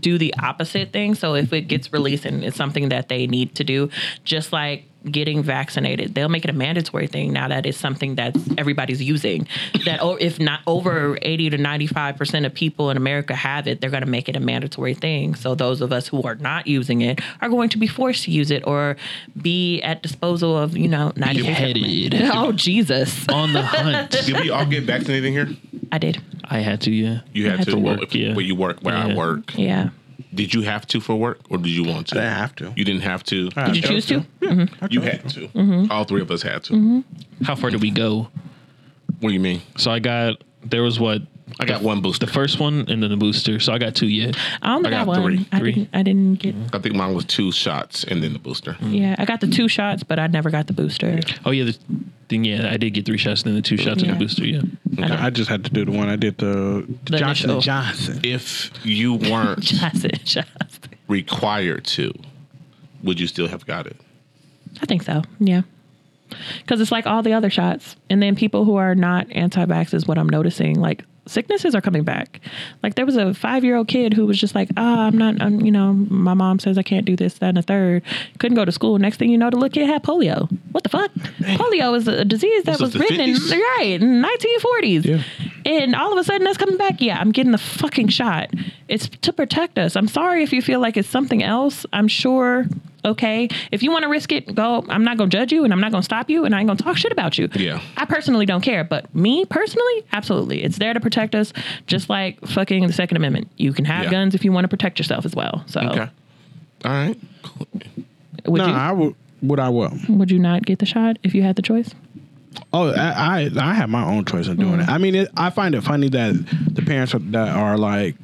I: do the opposite thing so if it gets released and it's something that they need to do just like getting vaccinated. They'll make it a mandatory thing now that it's something that everybody's using. That o- if not over 80 to 95% of people in America have it, they're going to make it a mandatory thing. So those of us who are not using it are going to be forced to use it or be at disposal of, you know, 90
D: Beheaded.
I: Oh, Jesus.
D: on the hunt.
B: Did we all get vaccinated here?
I: I did.
D: I had to, yeah.
B: You had,
I: had
B: to,
I: to
B: well,
D: work,
B: if-
D: yeah.
B: Where you work, where I
D: Yeah.
B: work.
I: Yeah.
B: Did you have to for work, or did you want to?
A: I didn't have to.
B: You didn't have to.
I: Did you choose to?
B: You had to. All three of us had to.
D: How far did we go?
B: What do you mean?
D: So I got there was what
B: I got one booster.
D: the first one and then the booster. So I got two yet.
I: I only
B: I
I: got,
B: got
I: one.
B: three. Mm-hmm.
I: I
D: Three.
I: didn't. I didn't get.
B: I think mine was two shots and then the booster.
I: Yeah, I got the two shots, but I never got the booster.
D: Oh yeah, the, then yeah, I did get three shots, then the two shots and
I: Yeah.
D: the booster. Yeah.
C: I just had to do the one I did the,
I: The
C: Johnson
I: initial.
C: and Johnson.
B: If you weren't
I: Shots and shots.
B: required to, would you still have got it?
I: I think so. Yeah. Because it's like all the other shots. And then people who are not anti vax is what I'm noticing. Like, sicknesses are coming back. Like, there was a five year old kid who was just like, ah, I'm not, I'm, you know, my mom says I can't do this, that, and a third. Couldn't go to school. Next thing you know, the little kid had polio. What the fuck? Polio is a disease that
B: This was
I: was
B: the
I: written in,
B: 50s?
I: right, in 1940s. And all of a sudden, that's coming back. Yeah, I'm getting the fucking shot. It's to protect us. I'm sorry if you feel like it's something else. I'm sure. Okay, if you want to risk it, go. I'm not gonna judge you, and I'm not gonna stop you, and I ain't gonna talk shit about you.
B: Yeah.
I: I personally don't care, but me personally, absolutely, it's there to protect us. Just like fucking the Second Amendment, you can have
B: Yeah.
I: guns if you want to protect yourself as well. So,
B: Okay. All right. Cool.
I: would
C: No,
I: you
C: I would. Would I will?
I: would you not get the shot if you had the choice?
C: Oh, I I, I have my own choice in doing
I: Mm.
C: it. I mean, it, I find it funny that the parents are- that are like,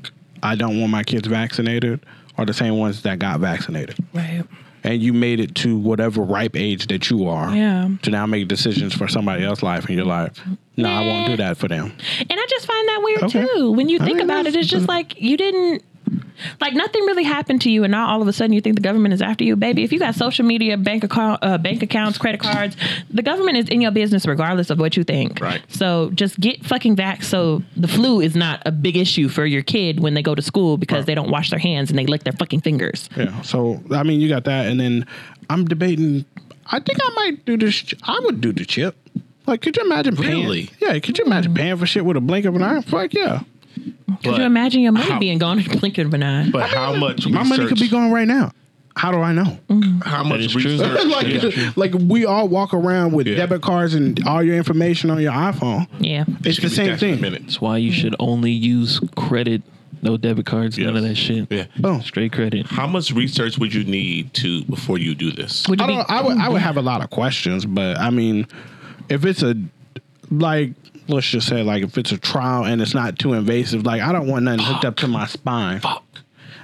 C: I don't want my kids vaccinated, are the same ones that got vaccinated.
I: Right.
C: And you made it to whatever ripe age that you are,
I: Yeah.
C: to now make decisions for somebody else's life, and you're like, no, I won't do that for them.
I: And I just find that weird
C: Okay.
I: too. When you
C: I
I: think
C: mean,
I: about it,
C: that's-
I: it's just like you didn't like nothing really happened to you, and now all of a sudden you think the government is after you, baby. If you got social media, bank account, uh, bank accounts, credit cards, the government is in your business regardless of what you think.
B: Right.
I: So just get fucking vax. So the flu is not a big issue for your kid when they go to school because they don't wash their hands and they lick their fucking fingers.
C: Yeah. So I mean, you got that, and then I'm debating. I think I might do this. ch- I would do the chip. Like, could you imagine paying?
B: Really?
C: Yeah. Could you imagine paying for shit with a blink of an eye? Fuck yeah.
I: Could
B: But
I: you imagine your money
B: how-
I: being gone in a blink of an eye?
B: But how much
C: My money could be gone right now. How do I know?
B: How
D: is
B: much
D: true.
B: research?
C: like, like we all walk around with
B: Yeah.
C: debit cards and all your information on your iPhone.
I: Yeah.
C: It's the same
B: That's in a
C: thing.
B: minute.
D: That's why you should only use credit, no debit cards, none of
B: Yes.
D: that shit.
B: Yeah.
C: Boom.
D: Straight credit.
B: How much research would you need to before you do this?
I: Would
C: I
I: you be?
C: don't. I would. I would have a lot of questions, but I mean, if it's a like, let's just say like if it's a trial and it's not too invasive, like I don't want nothing hooked up to my spine.
D: Fuck.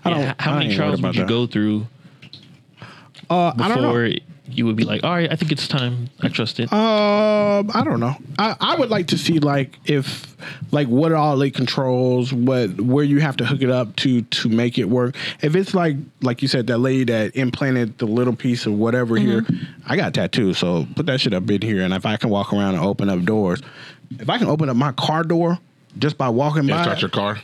C: I don't.
D: Yeah, how
C: I
D: many
C: ain't worried
D: trials
C: about
D: would you
C: that.
D: go through
C: Uh, I don't know.
D: before you would be like, all right, I think it's time. I trust it.
C: Um, I don't know. I, I would like to see like if like what are all it controls, what where you have to hook it up to to make it work. If it's like like you said, that lady that implanted the little piece of whatever
I: Mm-hmm.
C: here, I got tattoos, so put that shit up in here. And if I can walk around and open up doors, if I can open up my car door just by walking
B: Yeah,
C: by,
B: start your car.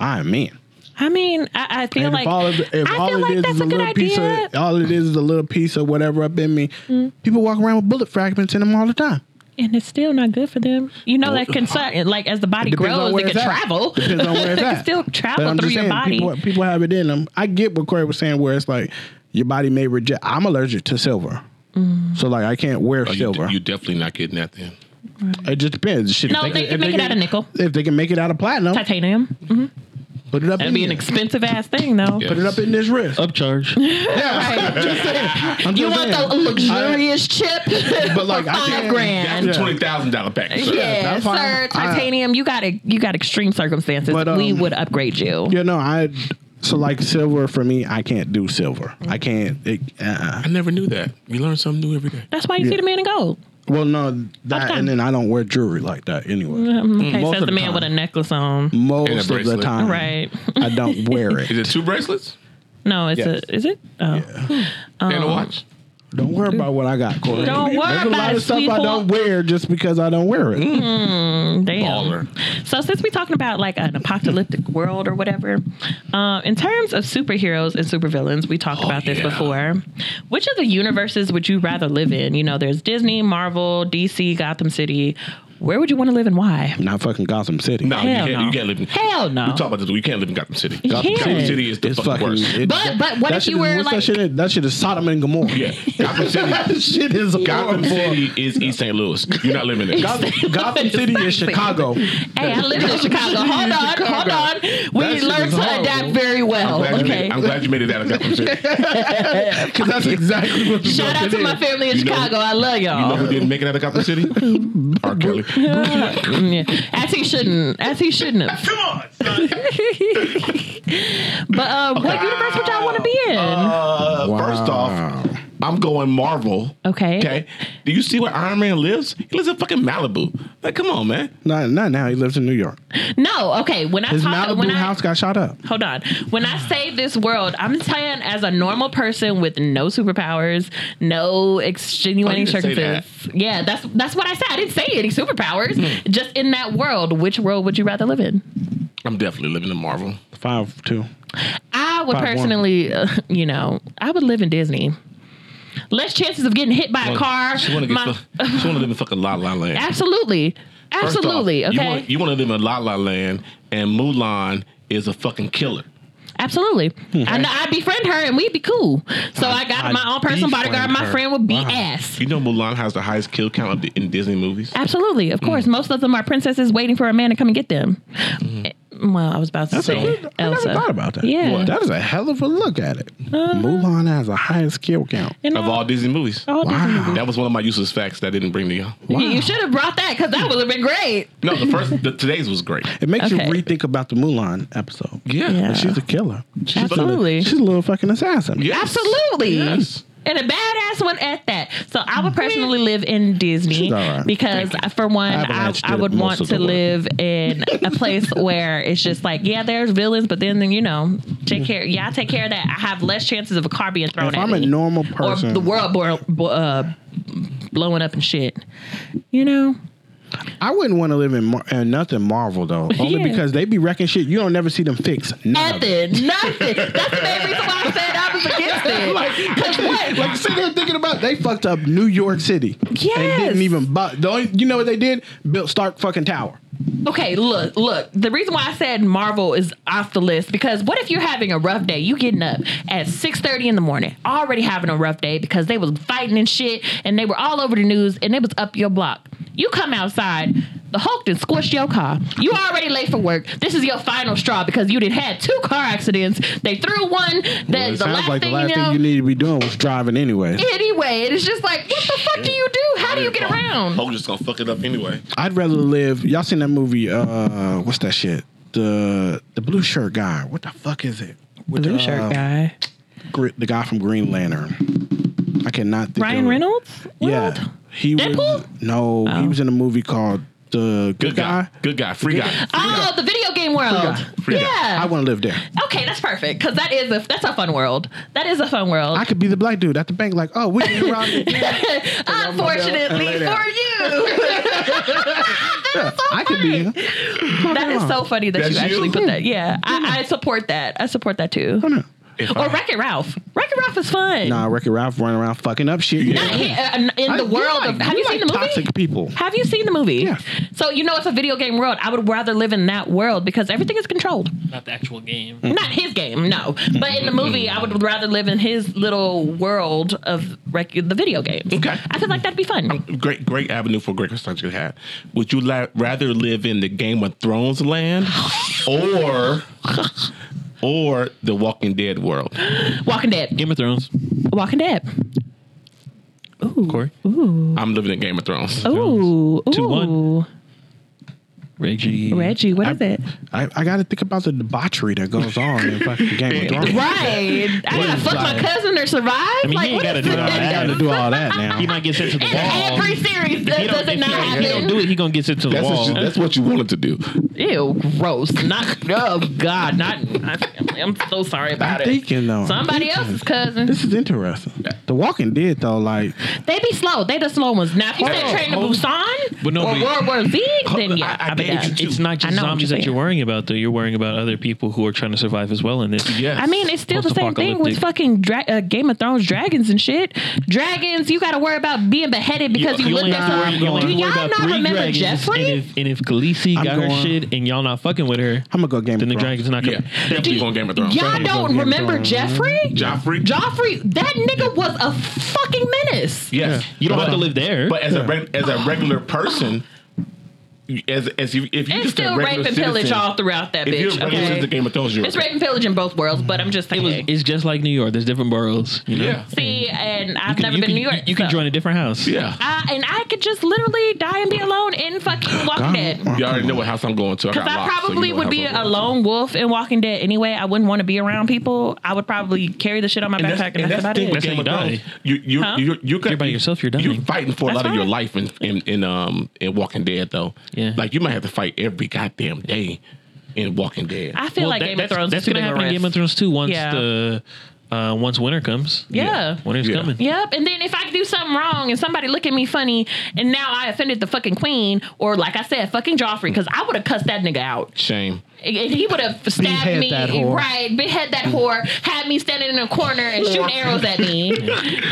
C: I'm in.
I: I mean, I, I feel
C: And
I: like
C: if all, of, if
I: I
C: all
I: feel
C: it
I: like
C: is
I: that's
C: is a
I: a good
C: little piece
I: idea. Mm-hmm.
C: of all it is is a little piece of whatever up in me, people walk around with bullet fragments in them all the time.
I: and it's still not good for them. You know that can suck. and, Like as the body
C: Depends on
I: grows,
C: where
I: it can
C: it's at.
I: travel.
C: Depends on where it's
I: It can
C: at.
I: still
C: But
I: travel
C: I'm
I: through
C: just
I: your
C: saying,
I: body.
C: People, people have it in them. I get what Corey was saying, where it's like your body may reject. I'm allergic to silver,
I: Mm.
C: so like I can't wear
B: Oh, you,
C: silver.
B: you definitely not getting that then.
C: it just depends. Shit, if
I: No, they
C: if
I: can make it out of nickel.
C: If they can make it out of platinum,
I: Titanium. Mhm.
C: put it up.
I: That'd
C: In
I: be an
C: here.
I: expensive ass thing though.
B: Yeah.
C: Put it up in this wrist.
D: Upcharge.
C: I'm
I: You
C: just
I: want
C: saying.
I: the luxurious chip?
C: But like, I
I: five
C: can't.
I: grand.
B: That's
I: Yeah.
B: a twenty thousand dollar package. sir.
C: that's fine.
I: sir,
C: I-
I: titanium. you got a, you got extreme circumstances.
C: But, um,
I: we would upgrade you.
C: You know, I so like silver for me. I can't do silver.
I: Mm.
C: I can't. It, uh,
B: I never knew that. You learn something new every day.
I: That's why you see the man in gold.
C: well, no, that
I: Okay.
C: and then I don't wear jewelry like that anyway.
I: Um, Okay,
C: most
I: says
C: of
I: the
C: the
I: man
C: time. Mm.
I: with a necklace on.
B: And a
C: Most of the
B: bracelet.
C: time,
I: Right.
C: I don't wear it.
B: Is it two bracelets
I: No, it's
C: Yes.
I: a. Is it? Oh.
B: and a watch?
C: Don't worry about what I got, Corey.
I: Don't worry
C: There's a
I: about
C: lot
I: it,
C: of stuff I
I: sweetheart.
C: don't wear just because I don't wear it.
B: Mm.
I: Damn. So since we're talking about like an apocalyptic world or whatever, uh, in terms of superheroes and supervillains, we talked about this before. Which of the universes would you rather live in? You know, there's Disney, Marvel, DC, Gotham City. Where would you want to live and why?
C: Not fucking Gotham City.
B: No, you
I: Hell
B: can't,
I: no.
B: you can't live in.
I: Hell no.
B: We talk about this. You can't live in Gotham City. Gotham
I: can't.
B: City- City is the
C: It's
B: fucking,
C: fucking.
B: worst.
C: it-
I: But- but what
C: that
I: if
C: shit
I: you
C: is-
I: were,
C: what's
I: like-
C: that shit? is? That shit is Sodom and Gomorrah.
B: Yeah, Gotham City.
C: that shit is
B: Gotham
C: horrible.
B: City is East St. Louis. You're not living there.
C: Gotham, Gotham City is Chicago.
I: Hey, I live in Chicago. Hold on, hold on.
C: That
I: We
C: shit
I: learned
C: is
I: to
C: horrible.
I: adapt very well.
B: I'm glad, you
I: Okay.
B: made, I'm glad you made it out of Gotham City.
C: Because that's exactly what the
I: Shout
C: fuck
I: out
C: it
I: to my
C: is.
I: family in
B: You know-
I: Chicago. I love
B: You know
I: y'all.
B: who didn't make it out of Gotham City? R. Kelly.
I: Mm, yeah. As he shouldn't. As he shouldn't have.
D: Come on.
I: But uh, what universe would y'all want to be in?
B: Uh, First off, I'm going Marvel.
I: Okay.
B: Okay. Do you see where Iron Man lives? He lives in fucking Malibu. Like, come on, man.
C: Not, not now. He lives in New York.
I: No. Okay. When I
C: His
I: talk,
C: Malibu
I: when I,
C: house got shot up.
I: hold on. When I say this world, I'm saying as a normal person with no superpowers, no extenuating
B: Oh, you didn't say
I: circumstances. Yeah, that's that's what I said. I didn't say any superpowers.
B: Hmm.
I: Just in that world, which world would you rather live in?
B: I'm definitely living in Marvel.
C: Five two.
I: I would
C: Five, one.
I: personally, uh, you know, I would live in Disney. Less chances of getting hit by a car.
B: She want to
I: My-
B: live in fucking La La Land.
I: absolutely,
B: First off,
I: absolutely.
B: You
I: okay,
B: want, you want to live in La La Land, and Mulan is a fucking killer.
I: Absolutely.
B: Hmm.
I: I know I befriend her and we'd be cool. So I, got
C: I
I: my own personal
C: befriend
I: bodyguard. My
C: her.
I: friend would
B: Uh-huh.
I: be ass.
B: You know Mulan has the highest kill count of the, in Disney movies.
I: Absolutely. Of
C: Mm.
I: course. Most of them are princesses waiting for a man to come and get them. Eh, Well, I was about to
C: Mm-hmm. a-
I: say
C: I
I: Elsa.
C: never thought about that.
I: Yeah. Uh-huh.
C: Boy, that is a hell of a look at it. Mulan has the highest kill count.
I: You know,
B: Of all Disney movies.
I: all Disney
C: Wow.
I: movies.
B: That was one of my useless facts that I didn't bring to y'all.
I: You- You should have brought that because that would have been great.
B: No, the first, the, today's was great.
C: It makes
I: Okay.
C: you rethink about the Mulan episode.
B: Yeah.
I: Yeah.
C: She's a killer. She's a-
I: Absolutely.
C: she's a little fucking assassin.
B: Yes.
I: Absolutely.
B: Yes.
I: And a badass one at that. So I would personally live in Disney
C: Mm-hmm. She's all right.
I: because, for one,
C: I haven't
I: I,
C: actually
I: I,
C: did
I: would
C: most
I: want
C: of
I: to
C: the work.
I: live in a place where it's just like, yeah, there's villains, but then, you know, take care. Yeah, I take care of that. I have less chances of a car being thrown
C: Mm. If
I: at
C: I'm a
I: me.
C: normal
I: Or
C: person-
I: the world bor- bo- uh, blowing up and shit. You know?
C: I wouldn't want to live in, Mar- in nothing Marvel though, only
I: Yeah.
C: because they be wrecking shit. You don't never see them fix none of it.
I: Nothing. Nothing. That's the main reason why I said I was against it. Because what?
C: Like sitting here thinking about they fucked up New York City.
I: Yes.
C: And didn't even bu- the only, you know what they did? Built Stark fucking Tower.
I: Okay, look, look. The reason why I said Marvel is off the list because what if you're having a rough day? You getting up at six thirty in the morning, already having a rough day because they was fighting and shit, and they were all over the news, and it was up your block. You come outside, the Hulk done squished your car. You already late for work. This is your final straw because you did had two car accidents. They threw one. That
C: Well, it
I: the
C: sounds
I: last
C: like
I: thing
C: the last
I: you know.
C: thing you need to be doing was driving anyway.
I: anyway, it is just like, what the fuck do you do? How do you
C: uh,
I: get around?
B: Hope just gonna fuck it up anyway.
C: I'd rather live. Y'all seen that movie? Uh, what's that shit? The the blue shirt guy. What the fuck is it? With the, uh,
I: guy,
C: Gr- the guy from Green Lantern. I cannot think.
I: Ryan
C: of-
I: Reynolds.
C: Yeah,
I: Reynolds?
C: he was.
I: Deadpool?
C: No, he was in a movie called The Good,
B: Good guy. Good guy. Free guy.
I: Oh, the video game world.
B: Free guy.
I: Yeah.
C: I want to live there.
I: okay, that's perfect because that is a that's a fun world. That is a fun world.
C: I could be the black dude at the bank. Like, oh, we can rob you.
I: Unfortunately
C: Lay
I: for
C: down.
I: you,
C: I could be.
I: that is so funny that
B: That's
I: you actually
B: you?
I: put that. Yeah, I, I support that. I support that too.
B: If
I: Or
B: I-
I: Wreck It Ralph. Wreck It Ralph is fun.
C: Nah, Wreck-It Ralph running around fucking up shit.
I: Not here, uh, in the
C: I- you
I: world
C: like-
I: of. Have you,
C: like
I: seen the movie?
C: Toxic people.
I: Have you seen the movie?
C: Yeah.
I: So you know it's a video game world. I would rather live in that world because everything is controlled.
C: Mm-hmm.
D: Not the actual game.
I: Not his game, no. But in the movie, I would rather live in his little world of rec- the video games.
B: Okay.
I: I feel like that'd be fun.
C: Uh,
B: great great avenue for great consumption you had. Would you la- rather live in the Game of Thrones land or or the Walking Dead world?
I: Walking Dead.
D: Game of Thrones.
I: Walking Dead.
D: Corey.
B: I'm living in Game of Thrones.
I: Ooh.
D: Two,
I: ooh.
D: one. Reggie.
I: Reggie, what
C: I-
I: is it?
C: I, I got to think about the debauchery that goes on in fucking Game of Thrones.
I: Right. I gotta fuck my cousin or survive.
D: I mean, he
I: like,
D: ain't
I: what
D: gotta
I: is
D: do
I: this?
D: all
C: I got to do all that now.
D: He might get sent to the
I: In
D: wall.
I: every series,
D: If
I: that
D: he don't, if
I: does it not
D: he don't- if he don't do
I: happen?
D: it, he gonna get sent to the
B: That's what,
D: wall.
B: you, that's what you wanted to do.
I: Ew, gross. Not. Oh God, not. I, am so sorry about
C: I'm
I: it.
C: thinking, though. I'm
I: Somebody
C: thinking.
I: else's cousin.
C: This is interesting. The Walking Dead, though, like
I: They be slow. They the slow ones. Now if you said Train to Busan
D: But no,
I: or
D: but-
I: World War Z, then yeah,
B: I- I
I: I'll be
B: gave
I: down.
B: you two.
D: it's not
I: I
D: just
I: know what
D: zombies
I: you're
D: that you're
I: saying.
D: worrying about, though. You're worrying about other people who are trying to survive as well in this.
B: Yes.
I: I mean, it's still the same thing
D: Post-apocalyptic.
I: with fucking dra- uh, Game of Thrones dragons and shit. Dragons, you got to worry about being beheaded because you,
D: you
I: looked
D: only
I: at
D: have to worry-
I: someone.
D: you only
I: Do
D: have to worry
I: y'all
D: about
I: not
D: three
I: remember
D: dragons,
I: Jeffrey?
D: And if, and if Khaleesi
C: I'm
D: got her
C: going-
D: shit and y'all not fucking with her,
C: I'm gonna go Game
D: then the
C: of Thrones.
D: dragon's not
B: yeah,
D: coming.
B: definitely on Game of Thrones.
I: Y'all don't
C: Game of
I: remember
C: Thrones.
I: Jeffrey?
B: Joffrey.
I: Joffrey, that nigga was a fucking menace.
B: Yes,
D: You don't have to
B: But-
D: live there.
B: But as a reg- as a regular person, you- as as you if you
I: It's
B: just
I: still
B: a regular
I: rape and
B: citizen,
I: pillage all throughout that
B: If you're
I: bitch.
B: a regular
I: Okay.
B: citizen of Game of Thrones, you're
I: It's rape and pillage in both worlds, but I'm just saying.
D: it was, it's just like New York. There's different boroughs. You know?
B: yeah,
I: See, and I've
D: You can-
I: never
D: you can-
I: been to New York.
D: You can
I: so-
D: join a different house.
B: yeah.
I: I- and I could just literally die and be alone in fucking Walking Dead.
B: You already know what house I'm going to.
I: Because I probably would be a
B: alone.
I: lone wolf in Walking Dead anyway. I wouldn't want to be around people. I would probably carry the shit on my
B: And that's,
I: backpack, and
B: and
I: that's,
B: that's the
I: about
B: thing with
D: That's
I: it.
B: Game of
D: how
B: Thrones.
D: you die.
B: You you
I: Huh?
B: you you
D: You're by yourself, you're
B: You're
D: dying.
B: fighting for a
I: That's
B: lot of your
I: right.
B: life in, in in um in Walking Dead though.
D: Yeah.
B: like you might have to fight every goddamn day in Walking Dead.
I: I feel
D: Well,
I: like
D: that-
I: Game of
D: that's,
I: Thrones.
D: That's
I: is
D: gonna happen in
I: rest.
D: Game of Thrones too. Once
I: Yeah.
D: the uh, once winter comes.
I: Yeah.
D: Winter's
B: Yeah.
D: coming.
I: Yep. And then if I do something wrong and somebody look at me funny, and now I offended the fucking queen, or like I said, fucking Joffrey, because I would have cussed that nigga out.
B: Shame.
I: And and he would have stabbed
C: Behead
I: me,
C: that whore.
I: right? Behead that whore, had me standing in a corner and shooting arrows at me.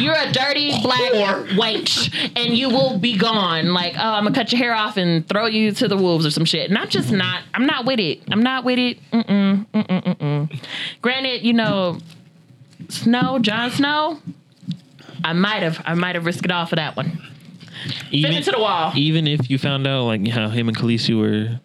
I: You're a dirty black wench, and you will be gone. Like, oh, I'm gonna cut your hair off and throw you to the wolves or some shit. And I'm just
C: Mm-hmm.
I: not. I'm not with it. I'm not with it. Mm mm mm mm mm. Granted, you know, Snow, Jon Snow. I might have. I might have risked it all for that one. Send it to the wall.
D: even if you found out like how him and Khaleesi were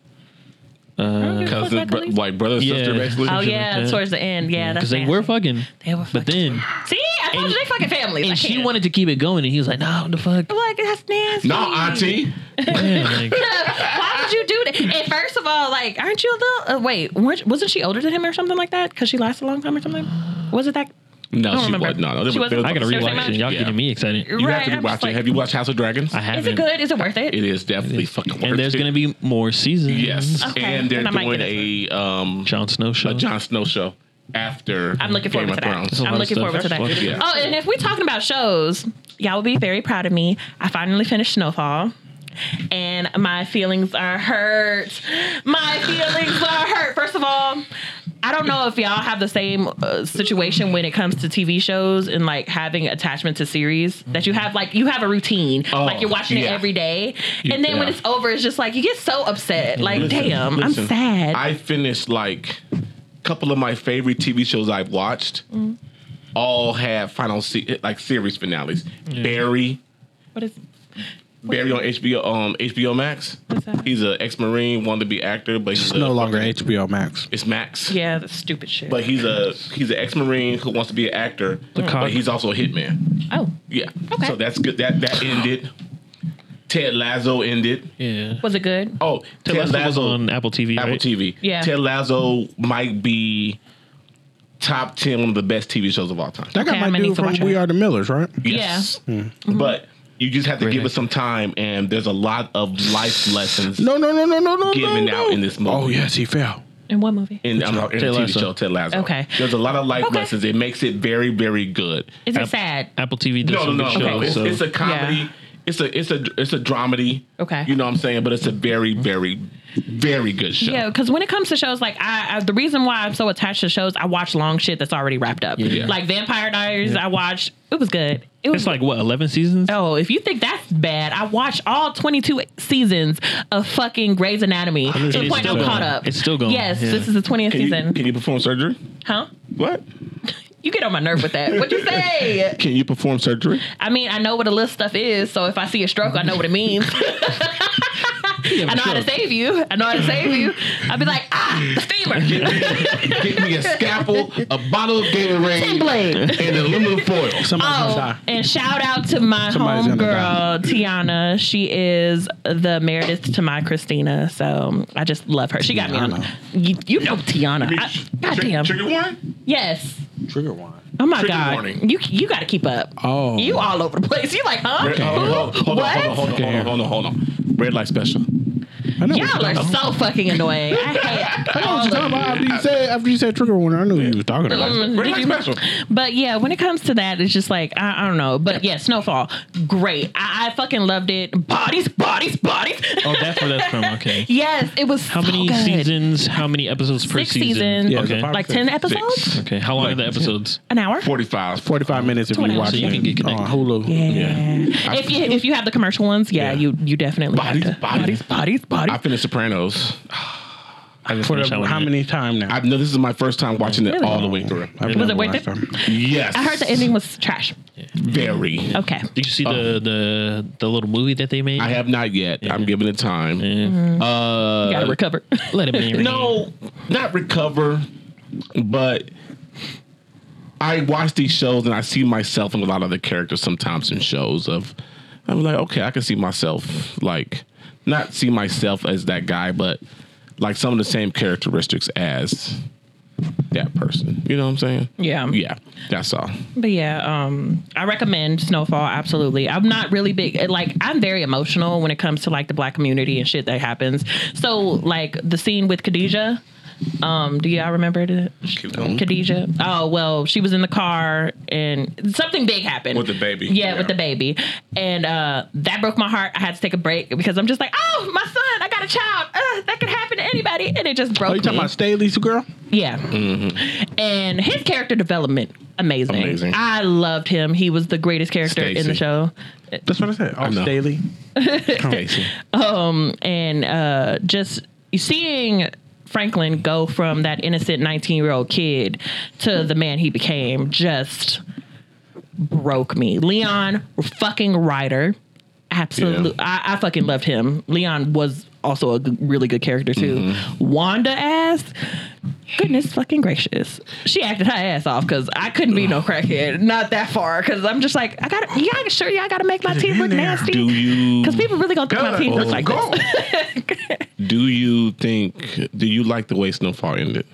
B: Cousin, br- like brother, sister,
D: Yeah.
B: basically.
I: Oh
D: something
I: yeah,
D: like that.
I: towards the end. Yeah, that's
D: because they
I: nasty.
D: were fucking.
I: They were
D: But then
I: See, I told
D: And-
I: you they fucking families. I
D: and she
I: can't.
D: wanted to keep it going, and he was like, "Nah, what the fuck."
I: I'm like that's nasty.
B: No, auntie.
D: Yeah, like,
I: Why would you do that? And first of all, like, aren't you a little? Uh, wait, weren't, wasn't she older than him or something like that? Because she lasted a long time or something. Was it that?
B: No,
I: don't
B: she
I: remember.
B: was no. no there
I: She
B: was-
I: wasn't-
B: there was
D: I gotta
B: a-
I: Seriously,
D: rewatch it. Y'all
B: Yeah.
D: getting me excited.
B: You
I: Right,
B: have to
I: I'm
B: be
I: just
B: watching.
I: like-
B: Have you watched House of Dragons?
D: I haven't.
I: Is it good? Is it worth it?
B: It is definitely fucking. worth
D: And there's
B: it.
D: gonna be more seasons.
B: yes,
I: Okay,
B: and they're
I: then I might
B: doing
I: get
B: a um
D: Jon Snow show.
B: a Jon Snow show after.
I: I'm looking
B: Game
I: forward
B: of
I: to that.
B: Thrones.
D: a lot
I: I'm
D: of
I: looking
D: stuff.
I: forward to that.
D: That's
B: fucking-
I: Oh, and if we're talking about shows, y'all will be very proud of me. I finally finished Snowfall. And my feelings are hurt. My feelings are hurt. First of all, I don't know if y'all have the same uh, situation when it comes to TV shows and like having attachment to series that you have like you have a routine like you're watching
B: Oh, yeah.
I: it every day and then when
B: Yeah.
I: it's over it's just like you get so upset like
B: Listen,
I: damn
B: listen,
I: I'm sad
B: I finished like a couple of my favorite TV shows I've watched.
I: Mm-hmm.
B: All have final se- like series finales. Barry,
I: what is
B: Barry on HBO um HBO Max.
I: What's that?
B: He's an ex Marine, wanted to be actor, but he's
C: It's
B: a-
C: no longer HBO Max.
B: It's Max.
I: yeah that's stupid shit
B: But he's a he's an ex Marine who wants to be an actor,
D: cock.
B: but he's also a hitman.
I: oh
B: Yeah.
I: Okay.
B: So that's good. That that ended. Ted Lasso ended.
D: Yeah.
I: was it good
B: Oh, Ted,
D: Ted Lasso was
B: Lasso
D: on Apple TV.
B: Apple
D: right?
B: TV.
I: Yeah.
B: Ted Lasso might be top ten one of the best TV shows of all time.
C: That
I: Okay,
C: got
I: I'm
C: my
I: gonna need
C: dude
I: to watch
C: from We
I: it.
C: Are the Millers, right?
I: Mm-hmm.
B: But you just have to give
D: Hmm. Really?
B: it some time, and there's a lot of life lessons
C: No, no, no, no, no, no.
B: given
C: no,
B: out
C: no.
B: in this movie.
C: Oh yes, he fell.
I: in what movie
B: In, I'm not- in
D: Ted
B: the TV
D: Lasso.
B: show Ted Lasso.
I: Okay.
B: There's a lot of life
I: Okay.
B: lessons. It makes it very, very good.
I: Is it
D: App-
I: sad?
D: Apple TV does
B: No, no,
D: some
B: no.
D: good shows.
B: It's,
D: so-
B: it's a comedy.
I: Yeah.
B: It's a it's a it's a dramedy.
I: Okay.
B: You know what I'm saying? But it's a very, very, very good show.
I: Yeah, because when it comes to shows, like I, I, the reason why I'm so attached to shows, I watch long shit that's already wrapped up.
B: Yeah.
I: Like Vampire Diaries, I watched. It was good. It was
D: it's like what eleven seasons.
I: Oh, if you think that's bad, I watched all 22 seasons of fucking Grey's Anatomy to
D: And
I: the
D: it's
I: point
D: still
I: I'm
D: going.
I: caught up.
D: It's still going.
I: Yes,
D: Yeah.
I: this is the 20th
B: Can
I: season.
B: you, can you perform surgery?
I: huh?
B: What?
I: You get on my nerve with that. What'd you say?
B: Can you perform surgery?
I: I mean, I know what a list stuff is, so if I see a stroke, I know what it means.
D: yeah,
I: I know
D: for
I: how to
D: sure.
I: save you. I know how to save you. I'd be like, ah, the steamer.
B: Get me a scalpel, a bottle of Gatorade,
I: Blade.
B: and aluminum foil.
C: Somebody's gonna
I: Oh,
C: die.
I: and shout out to my
C: Somebody's gonna
I: homegirl, Tiana. She is the Meredith to my Christina. So I just love her. She got me on.
C: Tiana.
I: You, you know Tiana. I, God
B: Trigger-
I: damn.
B: Trigger warning?
I: Yes.
C: Trigger one.
I: Oh my
B: Trigger
I: God.
B: warning.
I: You you got to keep up.
C: Oh.
I: You all over the place. You like, huh?
B: uh, Hold on, hold on, hold on,
I: what? Mm-hmm.
B: hold on, hold on, hold on, hold on. Red light special.
C: I know.
I: Y'all are so fucking annoying.
C: I
I: I hate
C: know what
I: all
C: you're
I: of Mm.
C: talking about. After you said, after you said trigger warning, I knew you were talking about.
B: Red light special.
I: But yeah, when it comes to that, it's just like I, I don't know. But yeah, Snowfall, great. I, I fucking loved it. Bodies, bodies, bodies.
D: Oh, that's where that's from. Okay.
I: yes, it was.
D: How
I: so
D: many
I: good.
D: seasons? How many episodes per
I: Six
D: season?
I: seasons. Yeah,
C: it's
D: okay.
C: a five-
I: Like ten episodes,
B: Six.
D: okay. How long are the episodes?
I: an hour.
B: 45.
C: Forty five minutes if
I: Two
C: you
I: hours.
C: watch
I: So
D: you can get
C: it uh, on
D: connected.
C: Hulu.
I: Yeah. If you if you have the commercial ones, yeah,
B: Yeah.
I: you you definitely
B: Bodies,
I: have to.
B: bodies.
I: bodies, bodies.
B: I finished Sopranos.
D: I haven't
C: For
D: finished that
C: the,
D: one
C: how
D: yet.
C: many time now?
B: I know this is my first time watching it
I: Really?
B: all the way through.
C: I've
I: was
C: never
I: it worth
C: watched
I: it?
C: them.
B: Yes.
I: I heard the ending was trash.
B: Very.
I: Okay.
D: Did you see
C: Oh.
D: the, the the little movie that they made?
B: I have not yet. I'm giving it time.
I: Mm-hmm. You gotta recover.
D: Let it be.
B: No, not recover, but I watch these shows and I see myself in a lot of the characters sometimes in shows of I'm like, okay, I can see myself like not see myself as that guy, but like some of the same characteristics as that person. You know what I'm saying?
I: Yeah.
B: Yeah. That's all.
I: But yeah, um, I recommend Snowfall absolutely. I'm not really big like I'm very emotional when it comes to like the black community and shit that happens. So like the scene with Khadijah, um, do y'all remember it?
B: Mm-hmm.
I: Khadijah. Oh well, she was in the car and something big happened
B: With the baby.
I: Yeah,
B: Yeah.
I: with the baby, and uh, that broke my heart. I had to take a break because I'm just like, oh, my son, I got a child. Uh, that could happen to anybody, and it just broke.
C: Are Oh, you talking
I: me.
C: about Staley's girl?
I: Yeah. And his character development, amazing.
B: Mm-hmm. Amazing.
I: I loved him. He was the greatest character in
B: Stacy.
I: the show.
C: That's what I said. Oh,
B: know.
C: Staley.
B: Casey.
I: Um, And uh, just seeing Franklin go from that innocent 19 year old kid to the man he became just broke me. Leon, fucking Ryder. Absolutely. I, I fucking loved him. Leon was also a g- really good character too. Wanda ass. Goodness fucking gracious. She acted her ass off because I couldn't be no crackhead. Not that far. Cause I'm just like, I gotta y'all sure y'all gotta make my teeth
C: in
I: look
C: there.
I: nasty.
B: Do you
I: Because people really gonna think my teeth look like
B: Go.
I: this.
B: Do you think do you like the way Snowfall ended?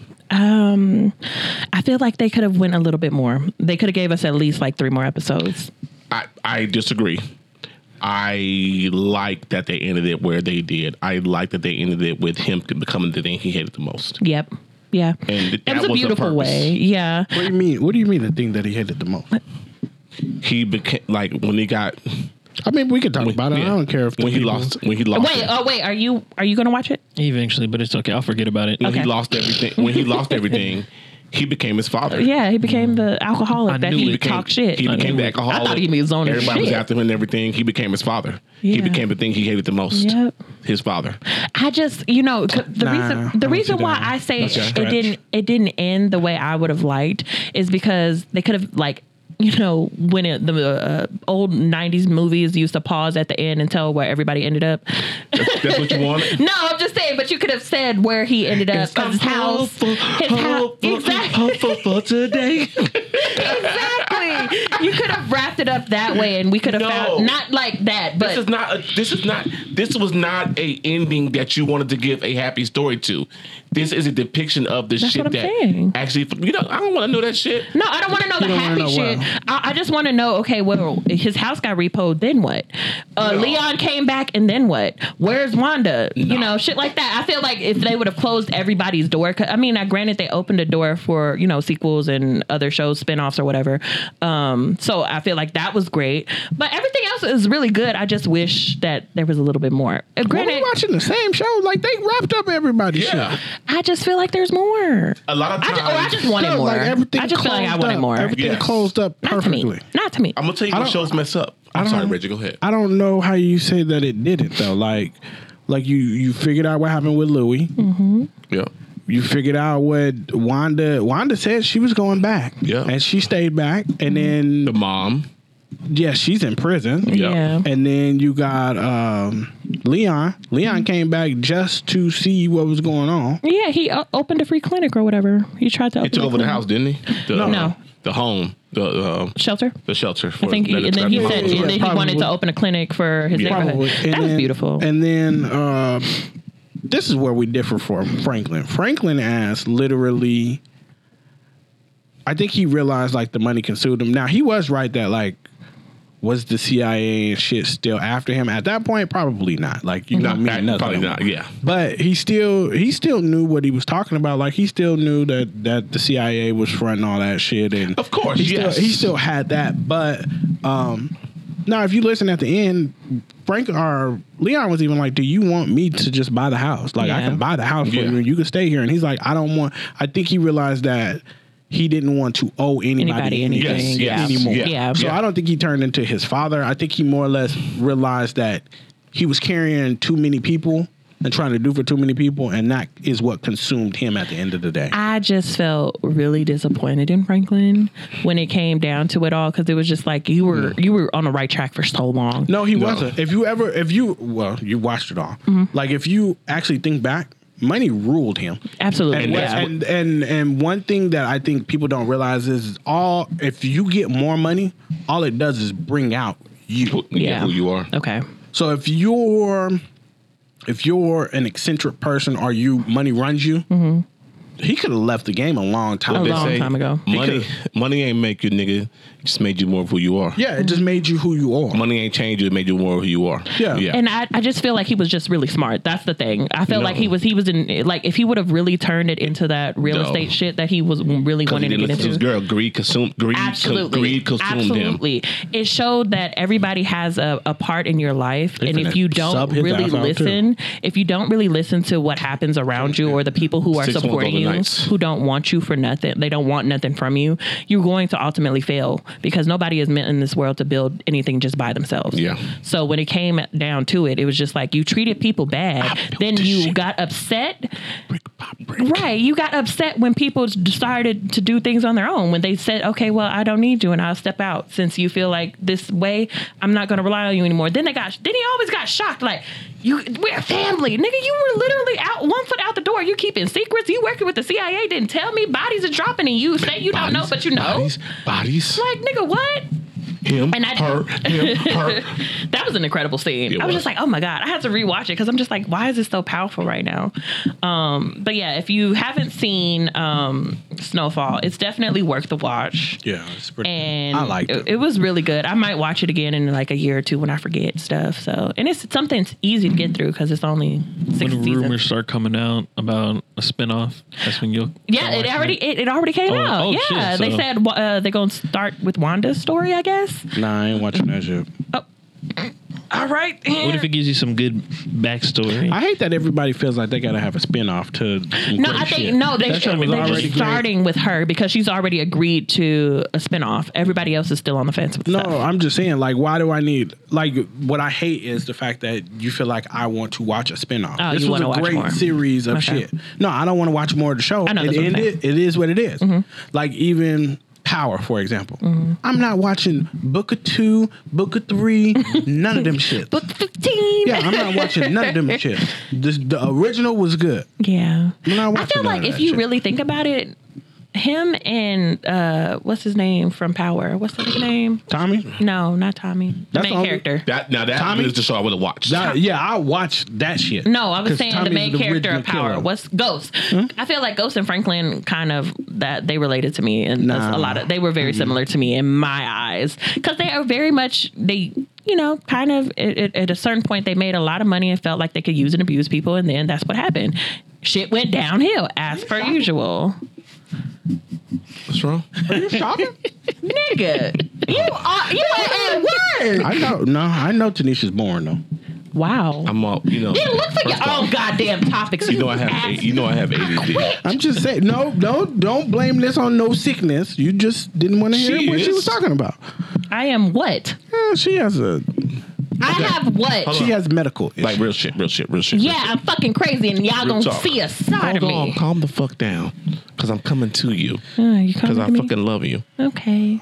I: I feel like they could have went a little bit more. They could have gave us at least like three more episodes.
B: I, I disagree. I like that they ended it where they did. I like that they ended it with him becoming the thing he hated the most.
I: Yep. Yeah.
B: And
I: it
B: that
I: was
B: was
I: a
B: the
I: beautiful
B: purpose.
I: way. Yeah.
C: What do you mean? What do you mean the thing that he hated the most?
B: He became like when he got
C: I mean, we could talk
B: when,
C: about it.
B: yeah,
C: I don't care if the
B: when he
C: people-
B: lost when he lost
I: Wait, oh wait, are you are you gonna watch it?
D: Eventually, but it's okay. I'll forget about it.
B: when
I: okay.
B: he lost everything when he lost everything he became his father.
I: Yeah, he became the alcoholic
D: I
I: that
D: knew
I: he
D: it.
B: became-
I: talked shit.
B: He became the
D: it.
B: alcoholic.
I: I thought he was on his
B: Everybody was
I: shit.
B: after him and everything. He became his father. He
I: Yeah.
B: became the thing he hated the most.
I: Yep.
B: His father.
I: I just, you know, c- the
C: Nah, I
I: reason the
C: don't
I: reason
C: see
I: why
C: that.
I: I say
C: That's a
I: it
C: stretch.
I: didn't it didn't end the way I would have liked is because they could have like you know when it, the uh, old '90s movies used to pause at the end and tell where everybody ended up.
B: That's, that's what you wanted.
I: No, I'm just saying, but you could have said where he ended up. 'cause his house, his house, exactly,
B: hopeful for today.
I: exactly. You could have wrapped it up that way, and we could have
B: No.
I: found not like that, but
B: This is not. A, this is not. This was not a ending that you wanted to give a happy story to. This is a depiction of the shit
I: what I'm
B: that
I: saying.
B: actually. You know, I don't want to know that shit.
I: No, I don't want to know the
C: don't wanna
I: happy
C: know
I: shit.
C: why.
I: I, I just want to know. Okay, well, his house got repoed. Then what? Uh, Leon came back, and then what? Where's Wanda? You know, shit like that. I feel like if they would have closed everybody's door. 'cause- I mean, I granted they opened a door for you know sequels and other shows, spinoffs or whatever. Um, so I feel like that was great. But everything else is really good. I just wish that there was a little bit more. Uh,
C: Well,
I: granted,
C: we're watching the same show. Like they wrapped up everybody's
B: Yeah.
C: show.
I: I just feel like there's more.
B: A lot of
I: I
B: times.
I: ju- or I just wanted
C: No,
I: more.
C: like everything.
I: I just feel like I
C: closed
I: wanted
C: up.
I: more.
C: Everything
B: Yes.
C: closed up
I: Not to me.
C: perfectly.
I: Not to me.
B: I'm gonna tell you
C: I
B: what
C: don't-
B: shows mess up.
C: I
B: I'm
C: don't-
B: sorry, Reggie. Go ahead.
C: I don't know how you say that it didn't though. Like, like you you figured out what happened with Louis.
B: yeah.
C: You figured out what Wanda Wanda said she was going back.
B: Yeah.
C: and she stayed back, and then
B: The mom.
C: yeah, she's in prison.
I: Yeah.
C: And then you got um, Leon. Leon came back just to see what was going on.
I: Yeah, he o- opened a free clinic or whatever. He tried to
B: He
I: open
B: took
I: a
B: over the
I: clinic.
B: house, didn't he? The,
I: No. No.
B: The home. The um,
I: shelter.
B: the shelter. For
I: I think, he,
B: that-
I: and then he
B: that-
I: said
C: Yeah,
I: and then he wanted
C: probably.
I: to open a clinic for his
B: Yeah.
C: Probably.
I: neighborhood.
C: And
I: That was
C: then-
I: beautiful.
C: And then uh, this is where we differ from Franklin. Franklin asked literally. I think he realized like the money consumed him. Now he was right that like was the CIA and shit still after him at that point? Probably not. Like you
B: Not
C: don't mean
B: that,
C: nothing.
B: probably not. Yeah.
C: But he still he still knew what he was talking about. Like he still knew that that the CIA was fronting all that shit. And
B: Of course,
C: he
B: yes.
C: still he still had that. But um now, if you listen at the end, Frank or Leon was even like, "Do you want me to just buy the house? Like I
I: Yeah.
C: can buy the house for
B: Yeah.
C: you, and you can stay here." And he's like, "I don't want." I think he realized that. He didn't want to owe anybody,
I: Anybody
C: anything
I: anything?
B: yes,
I: yeah.
B: anymore.
I: Yeah.
C: so I don't think he turned into his father. I think he more or less realized that he was carrying too many people and trying to do for too many people, and that is what consumed him at the end of the day.
I: I just felt really disappointed in Franklin when it came down to it all because it was just like you were you were on the right track for so long.
C: Mm. no, he wasn't. If you ever, if you, well, you watched it all.
I: Mm-hmm.
C: Like if you actually think back, money ruled him.
I: Absolutely.
C: And,
I: yeah.
C: and and and one thing that I think people don't realize is all if you get more money, all it does is bring out you.
B: yeah. Who you are.
I: Okay.
C: So if you're if you're an eccentric person or you money runs you,
I: Mm-hmm.
C: he could have left the game a long time.
I: A
C: ago.
I: long time ago.
B: Money, money ain't make you nigga. It just made you more of who you are.
C: Yeah, it
I: Mm-hmm.
C: just made you who you are.
B: Money ain't changed you. It made you more of who you are.
C: Yeah.
B: Yeah.
I: And I, I just feel like he was just really smart. That's the thing. I felt
B: No.
I: like he was he was in like if he would have really turned it into that real
B: No.
I: estate shit that he was really
B: Because he
I: wanting to
B: didn't
I: get
B: listen to his
I: into.
B: girl. Greed consumed. Greed. con-
I: Absolutely.
B: greed consumed him.
I: Absolutely. It showed that everybody has a, a part in your life. and if
C: finna
I: you
C: sub
I: don't
C: his
I: really
C: ass out,
I: listen, if you don't really listen to what happens around you or the people who are
B: Six month
I: supporting
B: golden
I: you,
B: nights.
I: who don't want you for nothing, they don't want nothing from you, you're going to ultimately fail because nobody is meant in this world to build anything just by themselves.
B: Yeah.
I: So when it came down to it, it was just like you treated people bad. Then you got upset Right. You got upset when people started to do things on their own, when they said, okay, well, I don't need you and I'll step out since you feel like this way, I'm not going to rely on you anymore. Then they got, then he always got shocked like, you, we're a family. Nigga, you were literally out one foot out the door. You keeping secrets. You working with the CIA. Didn't tell me bodies are dropping and you say you don't know,
B: Bodies,
I: but you know.
B: Bodies. Bodies.
I: Like, nigga, what?
B: him.
I: and I-
B: her. Him. Her.
I: That was an incredible scene.
B: It
I: I was
B: was.
I: just like, oh my God, I had to rewatch it because I'm just like, why is this so powerful right now? Um, but yeah, if you haven't seen um, Snowfall, it's definitely worth the watch.
C: Yeah, it's pretty.
I: And
C: I liked it.
I: it was really good. I might watch it again in like a year or two when I forget stuff. So, and it's something that's easy to
C: Mm-hmm.
I: get through because it's only six
D: When
I: seasons.
D: rumors start coming out about a spinoff, that's when you'll
I: yeah, it already it, it already came
D: Oh,
I: out.
D: oh,
I: yeah,
D: shit,
I: they
D: so-
I: said uh, they're gonna start with Wanda's story, I guess.
C: Nah, I ain't watching that shit.
I: All right,
D: What if it gives you some good backstory?
C: I hate that everybody feels like they gotta have a spinoff to. some
I: No,
C: great
I: I think
C: shit.
I: no. They,
C: That shit was
I: they're
C: already
I: just
C: great.
I: starting with her because she's already agreed to a spinoff. Everybody else is still on the fence with
C: No,
I: stuff.
C: I'm just saying, like, why do I need like what I hate is the fact that you feel like I want to watch a spinoff.
I: Oh,
C: this
I: you
C: was
I: wanna
C: a
I: watch
C: great
I: more.
C: series of
I: Okay.
C: shit. No, I don't want to watch more of the show.
I: I know,
C: it
I: that's what I'm Mm-hmm.
C: ended. It is what it is. Like even Power, for example. I'm not watching Book of Two, Book of Three, none of them shit.
I: Book fifteen.
C: yeah, I'm not watching none of them shit. This, the original was good.
I: Yeah.
C: I'm not
I: I
C: watching
I: feel
C: none
I: like
C: of
I: if
C: that
I: you
C: shit.
I: really think about it, him and uh, what's his name from Power? What's his name?
C: Tommy.
I: No, not Tommy. The
C: That's
I: main
C: all-
I: character.
B: That now that
C: Tommy?
B: is the show I would have watched.
C: That- yeah, I watched that shit.
I: No, I was
C: 'Cause
I: saying the
C: Tommy's
I: main character
C: original
I: of Power.
C: killer.
I: What's Ghost?
B: Hmm?
I: I feel like Ghost and Franklin kind of that they related to me, and that's
C: Nah.
I: a lot of they were very similar to me in my eyes because they are very much they. You know, kind of at, at- at a certain point, they made a lot of money and felt like they could use and abuse people, and then that's what happened. Shit went downhill as per usual.
B: What's wrong?
I: Nigga, you are you are at work.
C: I know. No, I know Tanisha's born though.
I: Wow.
B: I'm all you know.
I: Then look for your
B: first off,
I: own goddamn topics.
B: You know I have A-
I: ass.
B: you know I have ADD.
C: I'm just saying, no, don't don't blame this on no sickness. You just didn't want to hear
B: She
C: what she
B: is.
C: was talking about.
I: I am what?
C: Yeah, she has a
I: I have what?
B: Hold
C: She has medical issues.
B: Like real shit, real shit, real shit. real
I: Yeah, I'm fucking crazy, and y'all
B: Real
I: gonna
B: talk.
I: see a side
B: shit.
I: of
B: Hold on,
I: me.
B: calm the fuck down, because I'm coming to you,
I: Oh, you
B: because I
I: calling me?
B: fucking love you.
I: okay.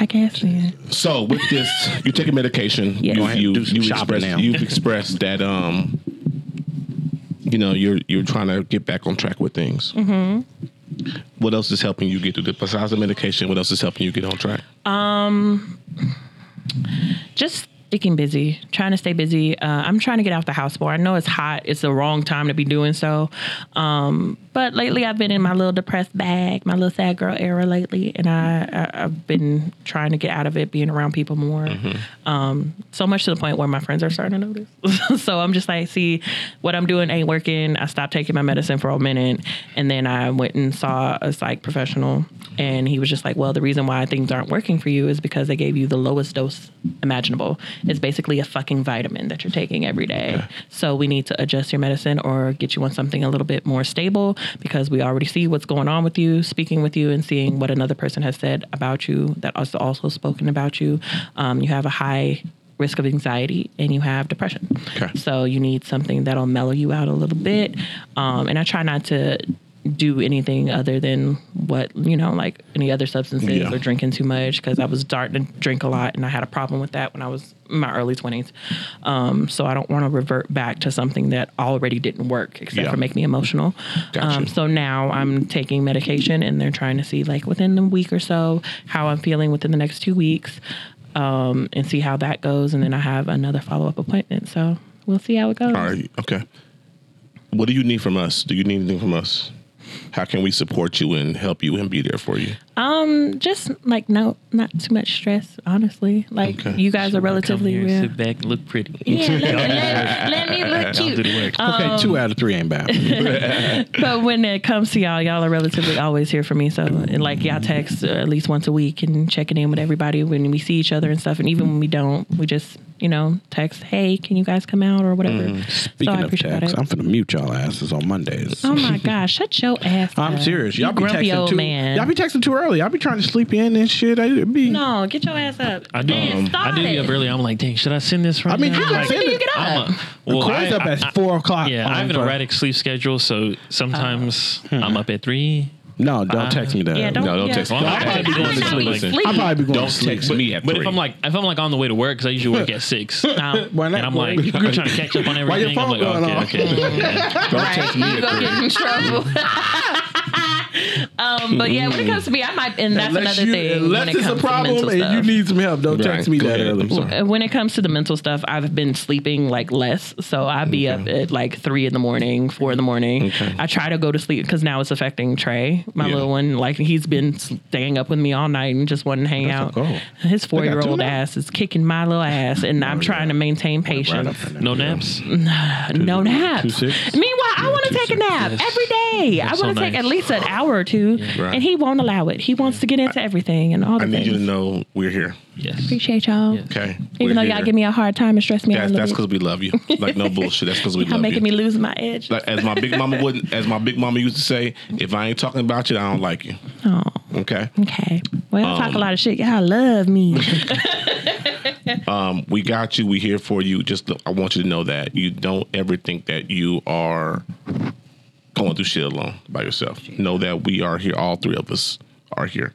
I: I guess then.
B: So with this, you taking medication.
I: Yes. Go
B: You
I: ahead,
B: you
C: do some
B: you
C: shopping
B: expressed,
C: now.
B: you've expressed that um, you know you're you're trying to get back on track with things. Mm-hmm. What else is helping you get through the besides the medication? What else is helping you get on track?
I: just sticking busy, trying to stay busy. Uh, I'm trying to get out the house more. I know it's hot. It's the wrong time to be doing so. Um, but lately, I've been in my little depressed bag, my little sad girl era lately, and I, I I've been trying to get out of it, being around people more.
B: Mm-hmm.
I: Um, so much to the point where my friends are starting to notice. so I'm just like, see, what I'm doing ain't working. I stopped taking my medicine for a minute, and then I went and saw a psych professional, and he was just like, well, the reason why things aren't working for you is because they gave you the lowest dose imaginable. It's basically a fucking vitamin that you're taking every day. So we need to adjust your medicine or get you on something a little bit more stable because we already see what's going on with you, speaking with you and seeing what another person has said about you that has also spoken about you. Um, you have a high risk of anxiety and you have depression.
B: Okay.
I: So you need something that'll mellow you out a little bit. Um, and I try not to do anything other than what you know like any other substances
B: Yeah.
I: or drinking too much because i was starting to drink a lot and i had a problem with that when i was in my early 20s um, so i don't want to revert back to something that already didn't work except
B: Yeah.
I: for make me emotional um,
B: Gotcha.
I: so now i'm taking medication and they're trying to see like within a week or so how i'm feeling within the next two weeks um, and see how that goes and then i have another follow-up appointment so we'll see how it goes
B: All right. Okay. What do you need from us? Do you need anything from us? How can we support you and help you and be there for you?
I: just like no not too much stress honestly like
B: Okay.
I: you guys are relatively
D: Come here,
I: real
D: sit back, and look pretty.
I: yeah, let, let- let me look
D: I'll do
I: cute.
D: the work.
C: okay, two out of three ain't bad.
I: But when it comes to y'all, y'all are relatively always here for me. So, and like y'all text uh, at least once a week and checking in with everybody when we see each other and stuff. And even when we don't, we just you know text, hey, can you guys come out or whatever.
C: Mm, Speaking
I: so I
C: of
I: appreciate
C: checks,
I: it.
C: I'm finna mute y'all asses on Mondays.
I: oh my gosh, shut your ass.
C: I'm
I: up.
C: serious.
I: You
C: Y'all be
I: grumpy
C: texting
I: old
C: too.
I: man.
C: Y'all be texting too early. Y'all be trying to sleep in and shit. I be.
I: no, get your ass up.
D: I do. Um,
I: Man, stop
D: I do
I: it.
D: be up early. I'm like, dang, should I send this right
C: I mean,
D: now?
C: you
I: How
C: can
I: early
C: send
I: do you
C: it.
I: get up?
D: I'm a, well,
C: Corey's
D: I-
C: up at
D: I-
C: four o'clock.
D: Yeah, I have an
C: on-
D: erratic sleep schedule, so sometimes
I: Uh.
D: I'm up at three.
C: No, don't text me that.
I: yeah, don't,
B: No, don't
I: yeah.
B: text-
D: Well,
B: I
D: I'm
B: might
D: up
B: be
D: at
B: going
D: three,
B: to
D: so,
B: sleep.
D: like-
I: Listen.
C: I'll probably be going
B: Don't
C: to sleep.
B: text me at
D: But
B: three.
D: if I'm like, if I'm like on the way to work, because I usually work at six, and
I: No.
C: Why not?
D: I'm like, I'm trying to catch up on
C: Why your
D: everything. I'm
C: phone
D: like,
C: going
D: okay,
C: off?
D: okay.
B: don't text me
I: You gonna
B: at
I: get
B: three.
I: in trouble. um, but yeah, when it comes to me, I might, and that's
C: unless
I: another
C: you,
I: thing.
C: unless
I: when it
C: it's
I: comes
C: a problem
I: to
C: and
I: mental stuff.
C: you need some help, don't
B: Right,
C: text me
B: go
C: that
B: ahead.
C: early.
B: I'm sorry.
I: Uh, when it comes to the mental stuff, I've been sleeping like less. So I be up at like three in the morning, four in the morning.
B: Okay.
I: I try to go to sleep because now it's affecting Trey, my
B: Yeah.
I: little one. Like he's been staying up with me all night and just wanting to hang out. His four year old
C: now?
I: ass is kicking my little ass, and I'm trying to maintain patience.
D: No naps.
I: no naps.
C: six?
I: Meanwhile, I want to take a nap
D: Yes.
I: every day.
D: That's
I: I want
D: so
I: to take
D: nice.
I: at least an hour or two,
B: Right.
I: and he won't allow it. He wants to get into everything and all the
B: I need
I: things.
B: you to know we're here.
D: Yes.
I: Appreciate y'all.
D: Yeah.
B: Okay.
I: Even though
B: We're
I: y'all
B: here.
I: give me a hard time and stress me out
B: That's
I: a little
B: that's
I: bit.
B: because we love you. Like no bullshit. That's because we
I: Y'all
B: love you.
I: making me lose my edge.
B: like, as my big mama would, as my big mama used to say, if I ain't talking about you, I don't like you.
I: oh,
B: Okay.
I: okay. Well, I talk a lot of shit. Y'all love me.
B: Um, we got you. We here for you. Just I want you to know that you don't ever think that you are going through shit alone by yourself. Know that we are here. All three of us are here.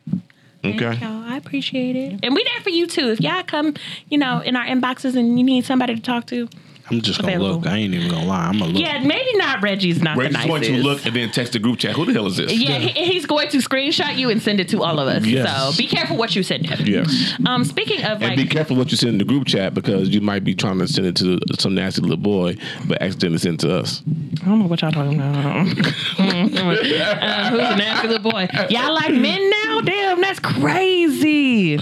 B: Okay.
I: y'all, I appreciate it. And we there for you too. If y'all come, you know, in our inboxes and you need somebody to talk to.
C: I'm just gonna
I: Available.
C: look. I ain't even gonna lie. I'm gonna look.
I: Yeah, maybe not Reggie's not
B: Ray's
I: the
B: just
I: nicest.
B: going to look and then text the group chat. Who the hell is this?
I: Yeah, he, he's going to screenshot you and send it to all of us.
B: Yes.
I: So be careful what you send him.
B: Yes.
I: Um, speaking of
B: And
I: like,
B: be careful what you send in the group chat because you might be trying to send it to some nasty little boy, but accidentally send it to us.
I: I don't know what y'all talking about. Uh, who's a nasty little boy? Y'all like men now? Damn, that's crazy.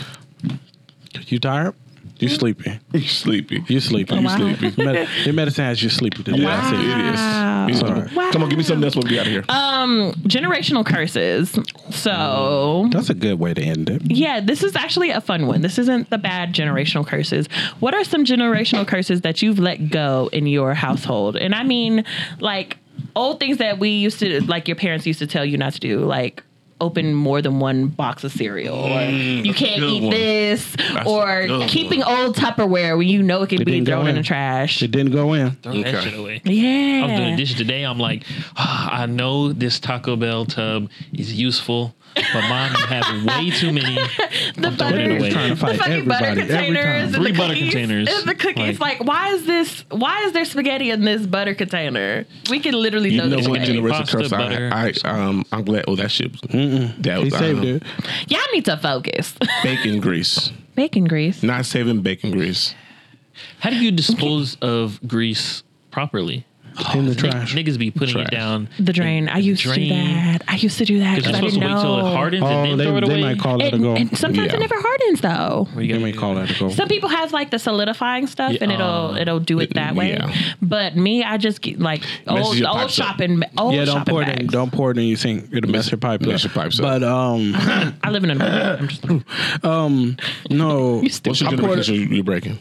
C: You tired? You sleepy?
B: You sleepy.
C: You sleepy?
I: Oh, wow.
C: You sleepy? Med- your medicine has you sleepy today. That's it.
B: Yeah, it is.
C: Wow.
B: Sorry. Come on, give me something else. We'll be out of here.
I: Generational curses. So
C: That's a good way to end it.
I: yeah, this is actually a fun one. This isn't the bad generational curses. What are some generational curses that you've let go in your household? And I mean, like old things that we used to, like your parents used to tell you not to do, like open more than one box of cereal, or you
B: Mm,
I: can't
B: good
I: eat
B: one.
I: this, or
B: good
I: keeping old Tupperware when you know it could be
C: didn't go
I: thrown in
C: in.
I: the trash.
C: It didn't go in.
D: Throw that shit away.
I: Yeah,
D: I'm doing dishes today. I'm like, "Ah, I know this Taco Bell tub is useful, but mom, you have way too many. throwing
I: the
D: it
I: butter,
D: away.
C: Trying to
I: the
C: fight
I: fucking butter
C: everybody, every time.
I: containers, and
D: Three
I: the
D: butter
I: cookies,
D: containers.
I: and the cookies. Like, why is this? Why is there spaghetti in this butter container? We can literally
B: You
I: throw
B: know
I: this
B: what
I: away.
B: generation
D: Pasta,
B: curse
D: butter.
B: I, I um I'm glad oh that shit was that was
C: He Oh, saved
B: um,
C: it.
I: Y'all need to focus.
B: bacon grease.
I: Bacon grease.
B: Not saving bacon grease.
D: How do you dispose of grease properly?
C: in the
D: Nigg-
C: trash.
D: Niggas be putting
B: Trash.
D: it down.
I: The drain. I used to do
D: drain.
I: that. I used to do that
D: Because
I: because
D: you're
I: I
D: supposed to
I: didn't
D: wait till it
I: know.
D: hardens
C: Oh,
D: and
C: they,
D: then throw it away.
C: they might call that a
I: And,
C: goal.
I: and sometimes
B: Yeah.
I: it never hardens though.
D: Or you
C: They
D: gotta
C: may
D: do
C: call that a goal.
I: Some people have like the solidifying stuff, and
D: Yeah,
I: it'll
D: uh,
I: it'll do it that way.
B: yeah.
I: But me, I just get like old
B: your
I: old
B: pipes up.
I: shopping old
C: yeah, don't
I: shopping
C: pour it in.
I: bags.
C: Don't pour it in your sink. It'll mess your pipe
B: mess
C: up.
B: your pipes up.
C: but um,
I: I live in a. I'm just,
C: no,
B: What's your
C: I poured
B: generation you- you're breaking?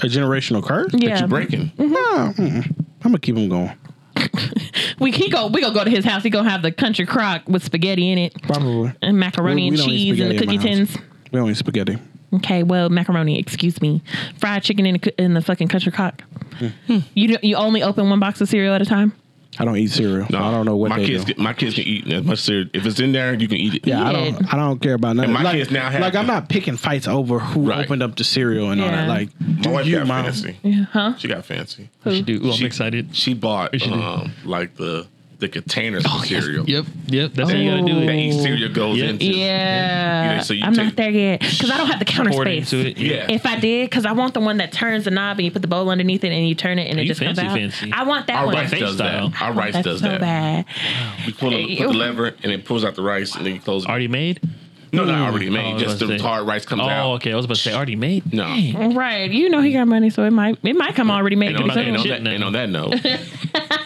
C: a generational curse.
I: yeah,
B: You're breaking.
C: Mm-hmm. I'm gonna keep them going.
I: we he go we gonna go to his house. He gonna have the country crock with spaghetti in it
C: Probably.
I: and
C: We-
I: macaroni
C: we
I: and
C: don't eat
I: cheese and the
C: spaghetti
I: cookie
C: in my
I: tins.
C: house. We don't eat spaghetti.
I: Okay, well macaroni, excuse me, fried chicken in the, coo- in the fucking country crock.
C: Hmm.
I: You don't- you only open one box of cereal at a time.
C: I don't eat cereal.
B: No,
C: I don't know what
B: my
C: they
B: kids
C: do.
B: get- my kids can eat as much cereal. If it's in there, you can eat it.
C: yeah, I don't. I don't care about nothing.
B: my
C: like,
B: kids now have
C: like I'm
B: them.
C: not picking fights over who
B: Right.
C: opened up the cereal and all
I: Yeah.
C: that. Like,
B: My
C: do
B: wife
C: you,
B: got
C: mom?
B: fancy.
I: Yeah, huh?
B: She got fancy.
D: What you do? Ooh, Oh, I'm
B: She-
D: excited.
B: She bought
D: she do?
B: um like the the containers of cereal.
D: Oh, Yep, yep. That's how you gotta do
I: Oh.
D: it.
B: That each cereal goes
D: Yeah.
B: into.
I: Yeah,
B: Yeah, so you
I: I'm
B: take-
I: not there yet because I don't have the counter
D: Pour it
I: space.
D: into it.
B: Yeah.
I: If I did, because I want the one that turns the knob and you put the bowl underneath it and you turn it and
D: Are
I: it
D: you
I: just comes
D: fancy,
I: out.
D: fancy?
I: I want that
B: Our
I: one.
B: rice
D: Face
B: does
D: style.
B: that. Our rice
I: That's
B: does
I: so
B: that.
I: bad.
B: You pull, the- put the lever and it pulls out the rice and then you close it.
D: Already made?
B: no, not already
D: Oh, I
B: made.
D: was
B: Just
D: about
B: the
D: to say.
B: hard rice comes
D: Oh,
B: out.
D: okay. I was about to say already made.
B: No.
D: Dang.
I: Right, you know he got money, so it might it might come already made.
B: And
I: to
B: on,
I: the
B: that, and,
I: sale.
B: on that,
D: Shit, no.
B: and on that note,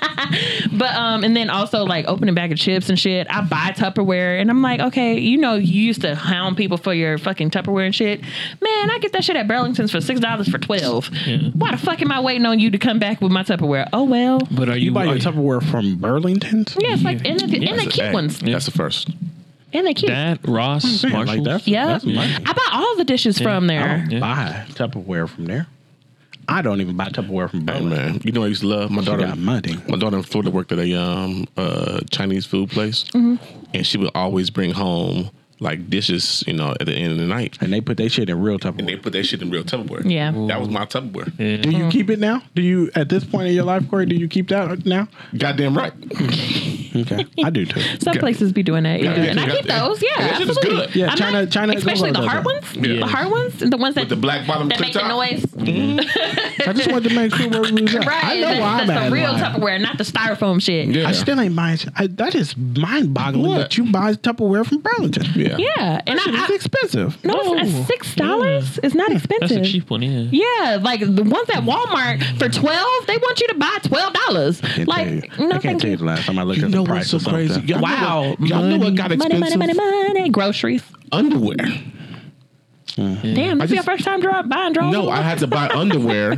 I: But um, and then also like opening bag of chips and shit. I buy Tupperware and I'm like, okay, you know, you used to hound people for your fucking Tupperware and shit. Man, I get that shit at Burlington's for six dollars for twelve. Why the fuck am I waiting on you to come back with my Tupperware? Oh well.
D: But are you,
C: You buy
D: are
C: your
D: you-
C: Tupperware from Burlington's?
I: Yeah, it's like in the, in the
B: that's-
I: cute
B: hey,
I: ones.
B: That's the first.
I: And they cute.
D: that Ross
C: Yeah,
D: Marshall?
C: like that.
I: Yeah.
C: That's money.
I: I buy all the dishes from
C: I
I: there.
B: Oh,
C: don't
D: Yeah.
C: buy Tupperware from there. I don't even buy Tupperware from
B: Hey,
C: Burlington.
B: man. You know, I used to love my daughter.
C: got money.
B: My daughter in Florida worked at a um, uh, Chinese food place,
C: Mm-hmm.
B: and she would always bring home like dishes, you know, at the end of the night.
C: And they put their shit in real
B: And they
C: Tupperware.
B: put that shit in real Tupperware.
I: Yeah.
B: That was my Tupperware.
C: Do
I: Mm.
C: you keep it now? Do you at this point in your life, Corey? Do you keep that now?
B: Goddamn right.
C: Okay, I do too.
I: Some places be doing that, yeah.
B: yeah,
I: and I
B: yeah,
I: keep
B: yeah.
I: those, yeah,
B: Yeah, that shit's
I: absolutely.
B: good.
C: Yeah, China- China is
I: especially
C: all
I: the
C: about
I: hard
C: that.
I: ones, the
D: Yeah.
I: hard ones, the ones that
B: With the black bottom Mm-hmm.
I: that
B: to
I: make
B: the
I: the
B: top.
I: noise.
C: I just wanted to make sure where we was at.
I: Right,
C: I know
I: that's,
C: why I'm
I: that's
C: at
I: the
C: in
I: real
C: line.
I: Tupperware, not the styrofoam shit.
B: Yeah.
C: I still ain't buying. I, that is mind boggling
B: What?
C: that you buy Tupperware from Burlington.
B: Yeah.
I: Yeah, and I,
C: It's
I: I
C: expensive.
I: no, it's
D: Oh,
I: at six dollars. It's not expensive.
D: That's a cheap one, yeah.
I: Yeah, like the ones at Walmart for twelve, they want you to buy twelve dollars.
C: Can't
I: Like,
C: tell you.
I: no,
C: I can't
I: thank
C: tell you
I: you.
C: the last time I looked
B: You
C: at
B: know
C: the
B: what's
C: price
B: so
C: of something.
B: crazy? Y'all Know
I: Wow,
B: what, y'all know what got
I: money, money,
B: expensive?
I: money, money, money, groceries.
B: Underwear.
I: Damn, this is your
B: just-
I: first time draw, buying drawers.
B: No, I had to buy underwear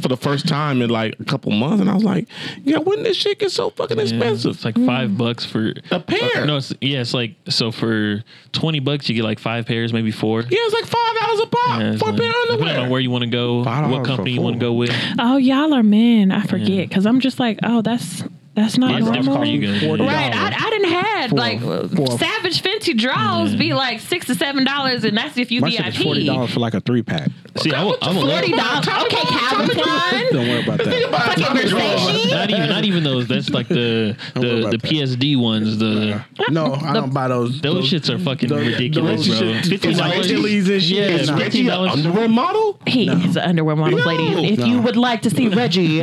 B: for the first time in like a couple months, and I was like, "Yeah, when this shit get so fucking expensive?"
D: It's like five bucks for
B: A pair.
D: no, it's, yeah, it's like so for twenty bucks you get like five pairs, maybe foor.
B: yeah, it's like five dollars a pop
D: Yeah, it's
B: for a
D: like-
B: pair of
D: depending on
B: underwear.
D: where you want to go,
C: $5
D: what
C: for
D: company you
C: four.
D: want to go with.
I: Oh, y'all are men. I forget because I'm just like, oh, that's that's not
D: Yeah, it's
I: normal.
D: different for you guys.
C: Forty
I: Right, I, I didn't had like uh,
C: for-
I: Savage Fenty draws be like six to seven dollars, and that's if you
C: My shit
I: VIP.
C: is forty dollars for like a three pack.
D: See, I, wa- I'm a
I: Forty
D: little-
I: dollars. Okay, Calvin Klein.
C: Don't worry about that.
B: Buy
I: Fucking
B: Tommy drawers.
I: Versace.
D: not even not even those. That's like the
C: worry
D: the,
C: about
D: the
C: that.
D: PSD ones. The
C: No, I don't buy those.
D: those shits are fucking ridiculous,
C: those
D: bro.
C: shit-
D: Fifteen
C: it's like
D: dollars.
C: Achilles and shit.
D: Yeah,
C: It's
B: Reggie,
D: fifteen
B: the
D: dollars.
B: underwear model.
I: He is an underwear model,
B: No,
I: lady. If you would like to see Reggie,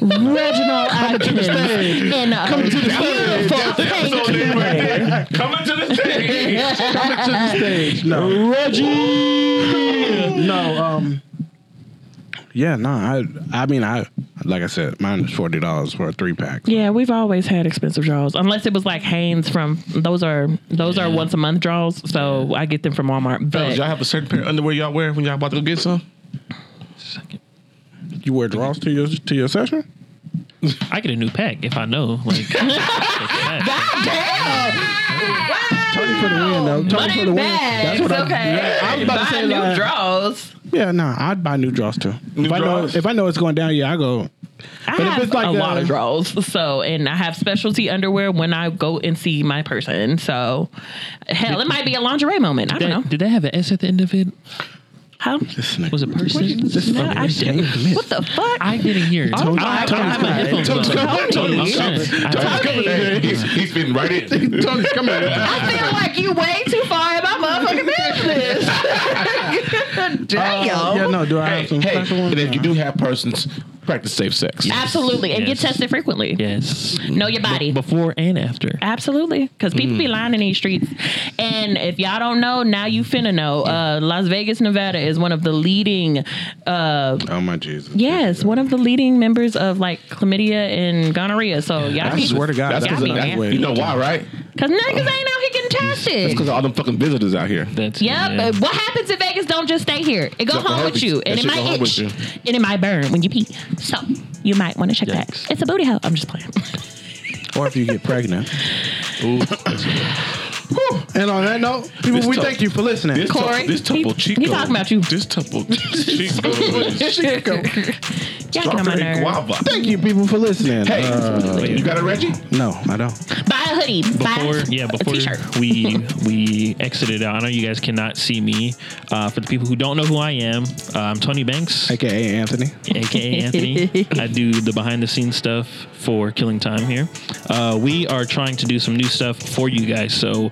I: Reginald Atkins in uh, a beautiful pink
B: Coming to the stage.
C: stage. No, Reggie. no, um, yeah, no. I, I mean, I like I said, mine is forty dollars for a three pack.
I: Yeah, we've always had expensive draws, unless it was like Hanes from those are those are once a month draws, so I get them from Walmart.
B: Fellas,
I: But
B: y'all have a certain pair of underwear y'all wear when y'all about to go get some.
C: You wear drawers to your to your session?
D: I get a new pack if I know. Like, take
C: Tony
D: the pack.
C: for the win, though. Tony
I: Money
C: for the win.
I: bags,
C: That's what I,
I: okay.
C: yeah, I was about
I: Buy
C: to say
I: new
C: like,
I: draws.
C: Yeah, no, I'd buy new draws too.
B: New
C: if I know
B: draws?
C: if I know it's going down, yeah, I go.
I: I
C: But if
I: have
C: it's like
I: a
C: the-
I: lot of draws, so and I have specialty underwear when I go and see my person. So, hell, it might be a lingerie moment. I don't
D: That-
I: know.
D: did that have an S at the end of it?
I: How?
D: Was it person?
C: This
I: No,
C: fucking
I: I
C: is
I: didn't.
C: dangerous.
I: What the fuck?
D: I didn't hear. it.
I: Oh my
D: I have my
I: God.
D: headphones on.
B: Tony,
D: I'm
B: Tony's
D: sorry.
B: coming.
D: I-
B: Tony's coming in. He's, he's been right in.
A: Tony's coming.
I: I feel like you way too far in my motherfucking business. Damn.
C: yeah, no. Do I
B: Oh, Hey,
C: have some
B: hey,
C: special ones?
B: and if you do have persons, practice safe sex.
I: Absolutely, and
D: Yes.
I: get tested frequently.
D: Yes.
I: Know your body.
D: Before and after.
I: Absolutely, because people
B: Mm.
I: be lying in these streets, and if y'all don't know, now you finna know. Uh, Las Vegas, Nevada, is one of the leading. Uh,
A: Oh my Jesus.
I: yes, one of the leading members of like chlamydia and gonorrhea. So y'all,
C: I
I: be-
C: swear to God,
B: That's
C: that's,
I: got
B: because
I: me,
B: of- that's-
I: man.
B: you know why, right?
I: because niggas ain't out here getting tested.
B: Because of all them fucking visitors out here.
D: That's
I: Yep.
D: yeah.
I: uh, What happens in Vegas? Don't just stay here. It go
B: Go
I: home
B: home
I: with
B: with
I: you,
B: you. That
I: and it
B: shit
I: might
B: go home
I: itch,
B: with you.
I: and it might burn when you pee. So you might want to check
D: Yikes.
I: that. It's a booty hole. I'm just playing.
C: or if you get pregnant. Whew. and on that note, people,
B: This
C: we
B: tough.
C: thank you for listening.
B: This
I: Corey,
B: tuple, this
I: he-
B: tuple Chico.
I: he talking about you.
B: This tuple Chico. was
I: Y'all get on my
B: strawberry
I: nerves.
B: guava.
C: thank you, people, for listening.
B: Hey,
C: Uh,
B: you got a Reggie?
C: no, I don't.
I: Buy a hoodie.
D: before
I: Buy
D: yeah
I: a
D: before
I: t-shirt.
D: we we exited out. I know you guys cannot see me. Uh, for the people who don't know who I am, uh, I'm Tony Banks,
C: AKA Anthony.
D: aka Anthony. I do the behind the scenes stuff for Killing Time here. Uh, we are trying to do some new stuff for you guys. So,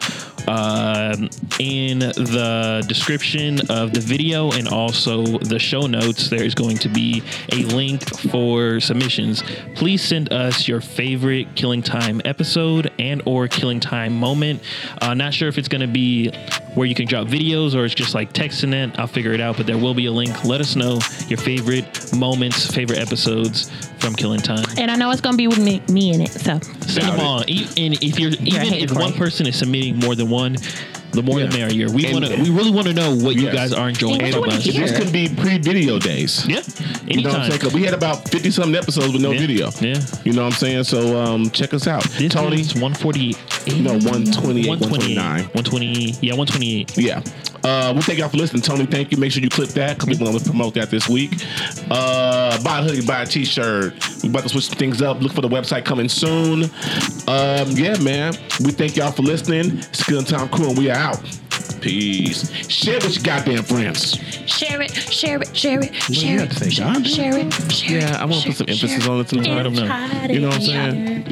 D: um in the description of the video and also the show notes, there is going to be a link for submissions. Please send us your favorite Killing Time episode and or Killing Time moment. Uh, not sure if it's going to be where you can drop videos or it's just like texting it. I'll figure it out, but there will be a link. Let us know your favorite moments, favorite episodes from Killing Time.
I: And I know it's gonna be with me, me in it. So
D: Send them all. E- And if you're
I: I
D: even
I: hate
D: if
I: Corey.
D: one person is submitting more than one, the more the
B: Yeah.
D: merrier. We
B: And-
D: want to. We really want to know what you
B: Yes.
D: guys are enjoying
I: And
D: from
I: what you
D: us.
I: wanna hear.
B: This could be pre-video days. You
D: Yeah.
B: know what I'm
D: Anytime.
B: saying? 'Cause We had about 50 something episodes with no
D: Yeah.
B: video.
D: Yeah.
B: You know what I'm saying? So um, check us out.
D: This
B: Tony,
D: is 148.
B: no, 128,
D: 128.
B: 129.
D: 120. Yeah, 128.
B: Yeah. Uh, we thank y'all for listening. Tony, thank you. Make sure you clip that because we want to promote that this week. Uh, buy a hoodie, buy a t shirt. we about to switch some things up. Look for the website coming soon. Um, yeah, man. We thank y'all for listening. It's Good Time Crew, and we are out. Peace. Share with your goddamn friends.
J: Share it, share it, share it,
C: you
J: share it,
C: have to say
J: share
C: God,
J: it, share it, share it.
B: Yeah, I want to put some emphasis on it tonight.
D: I don't know.
B: You know what I'm saying?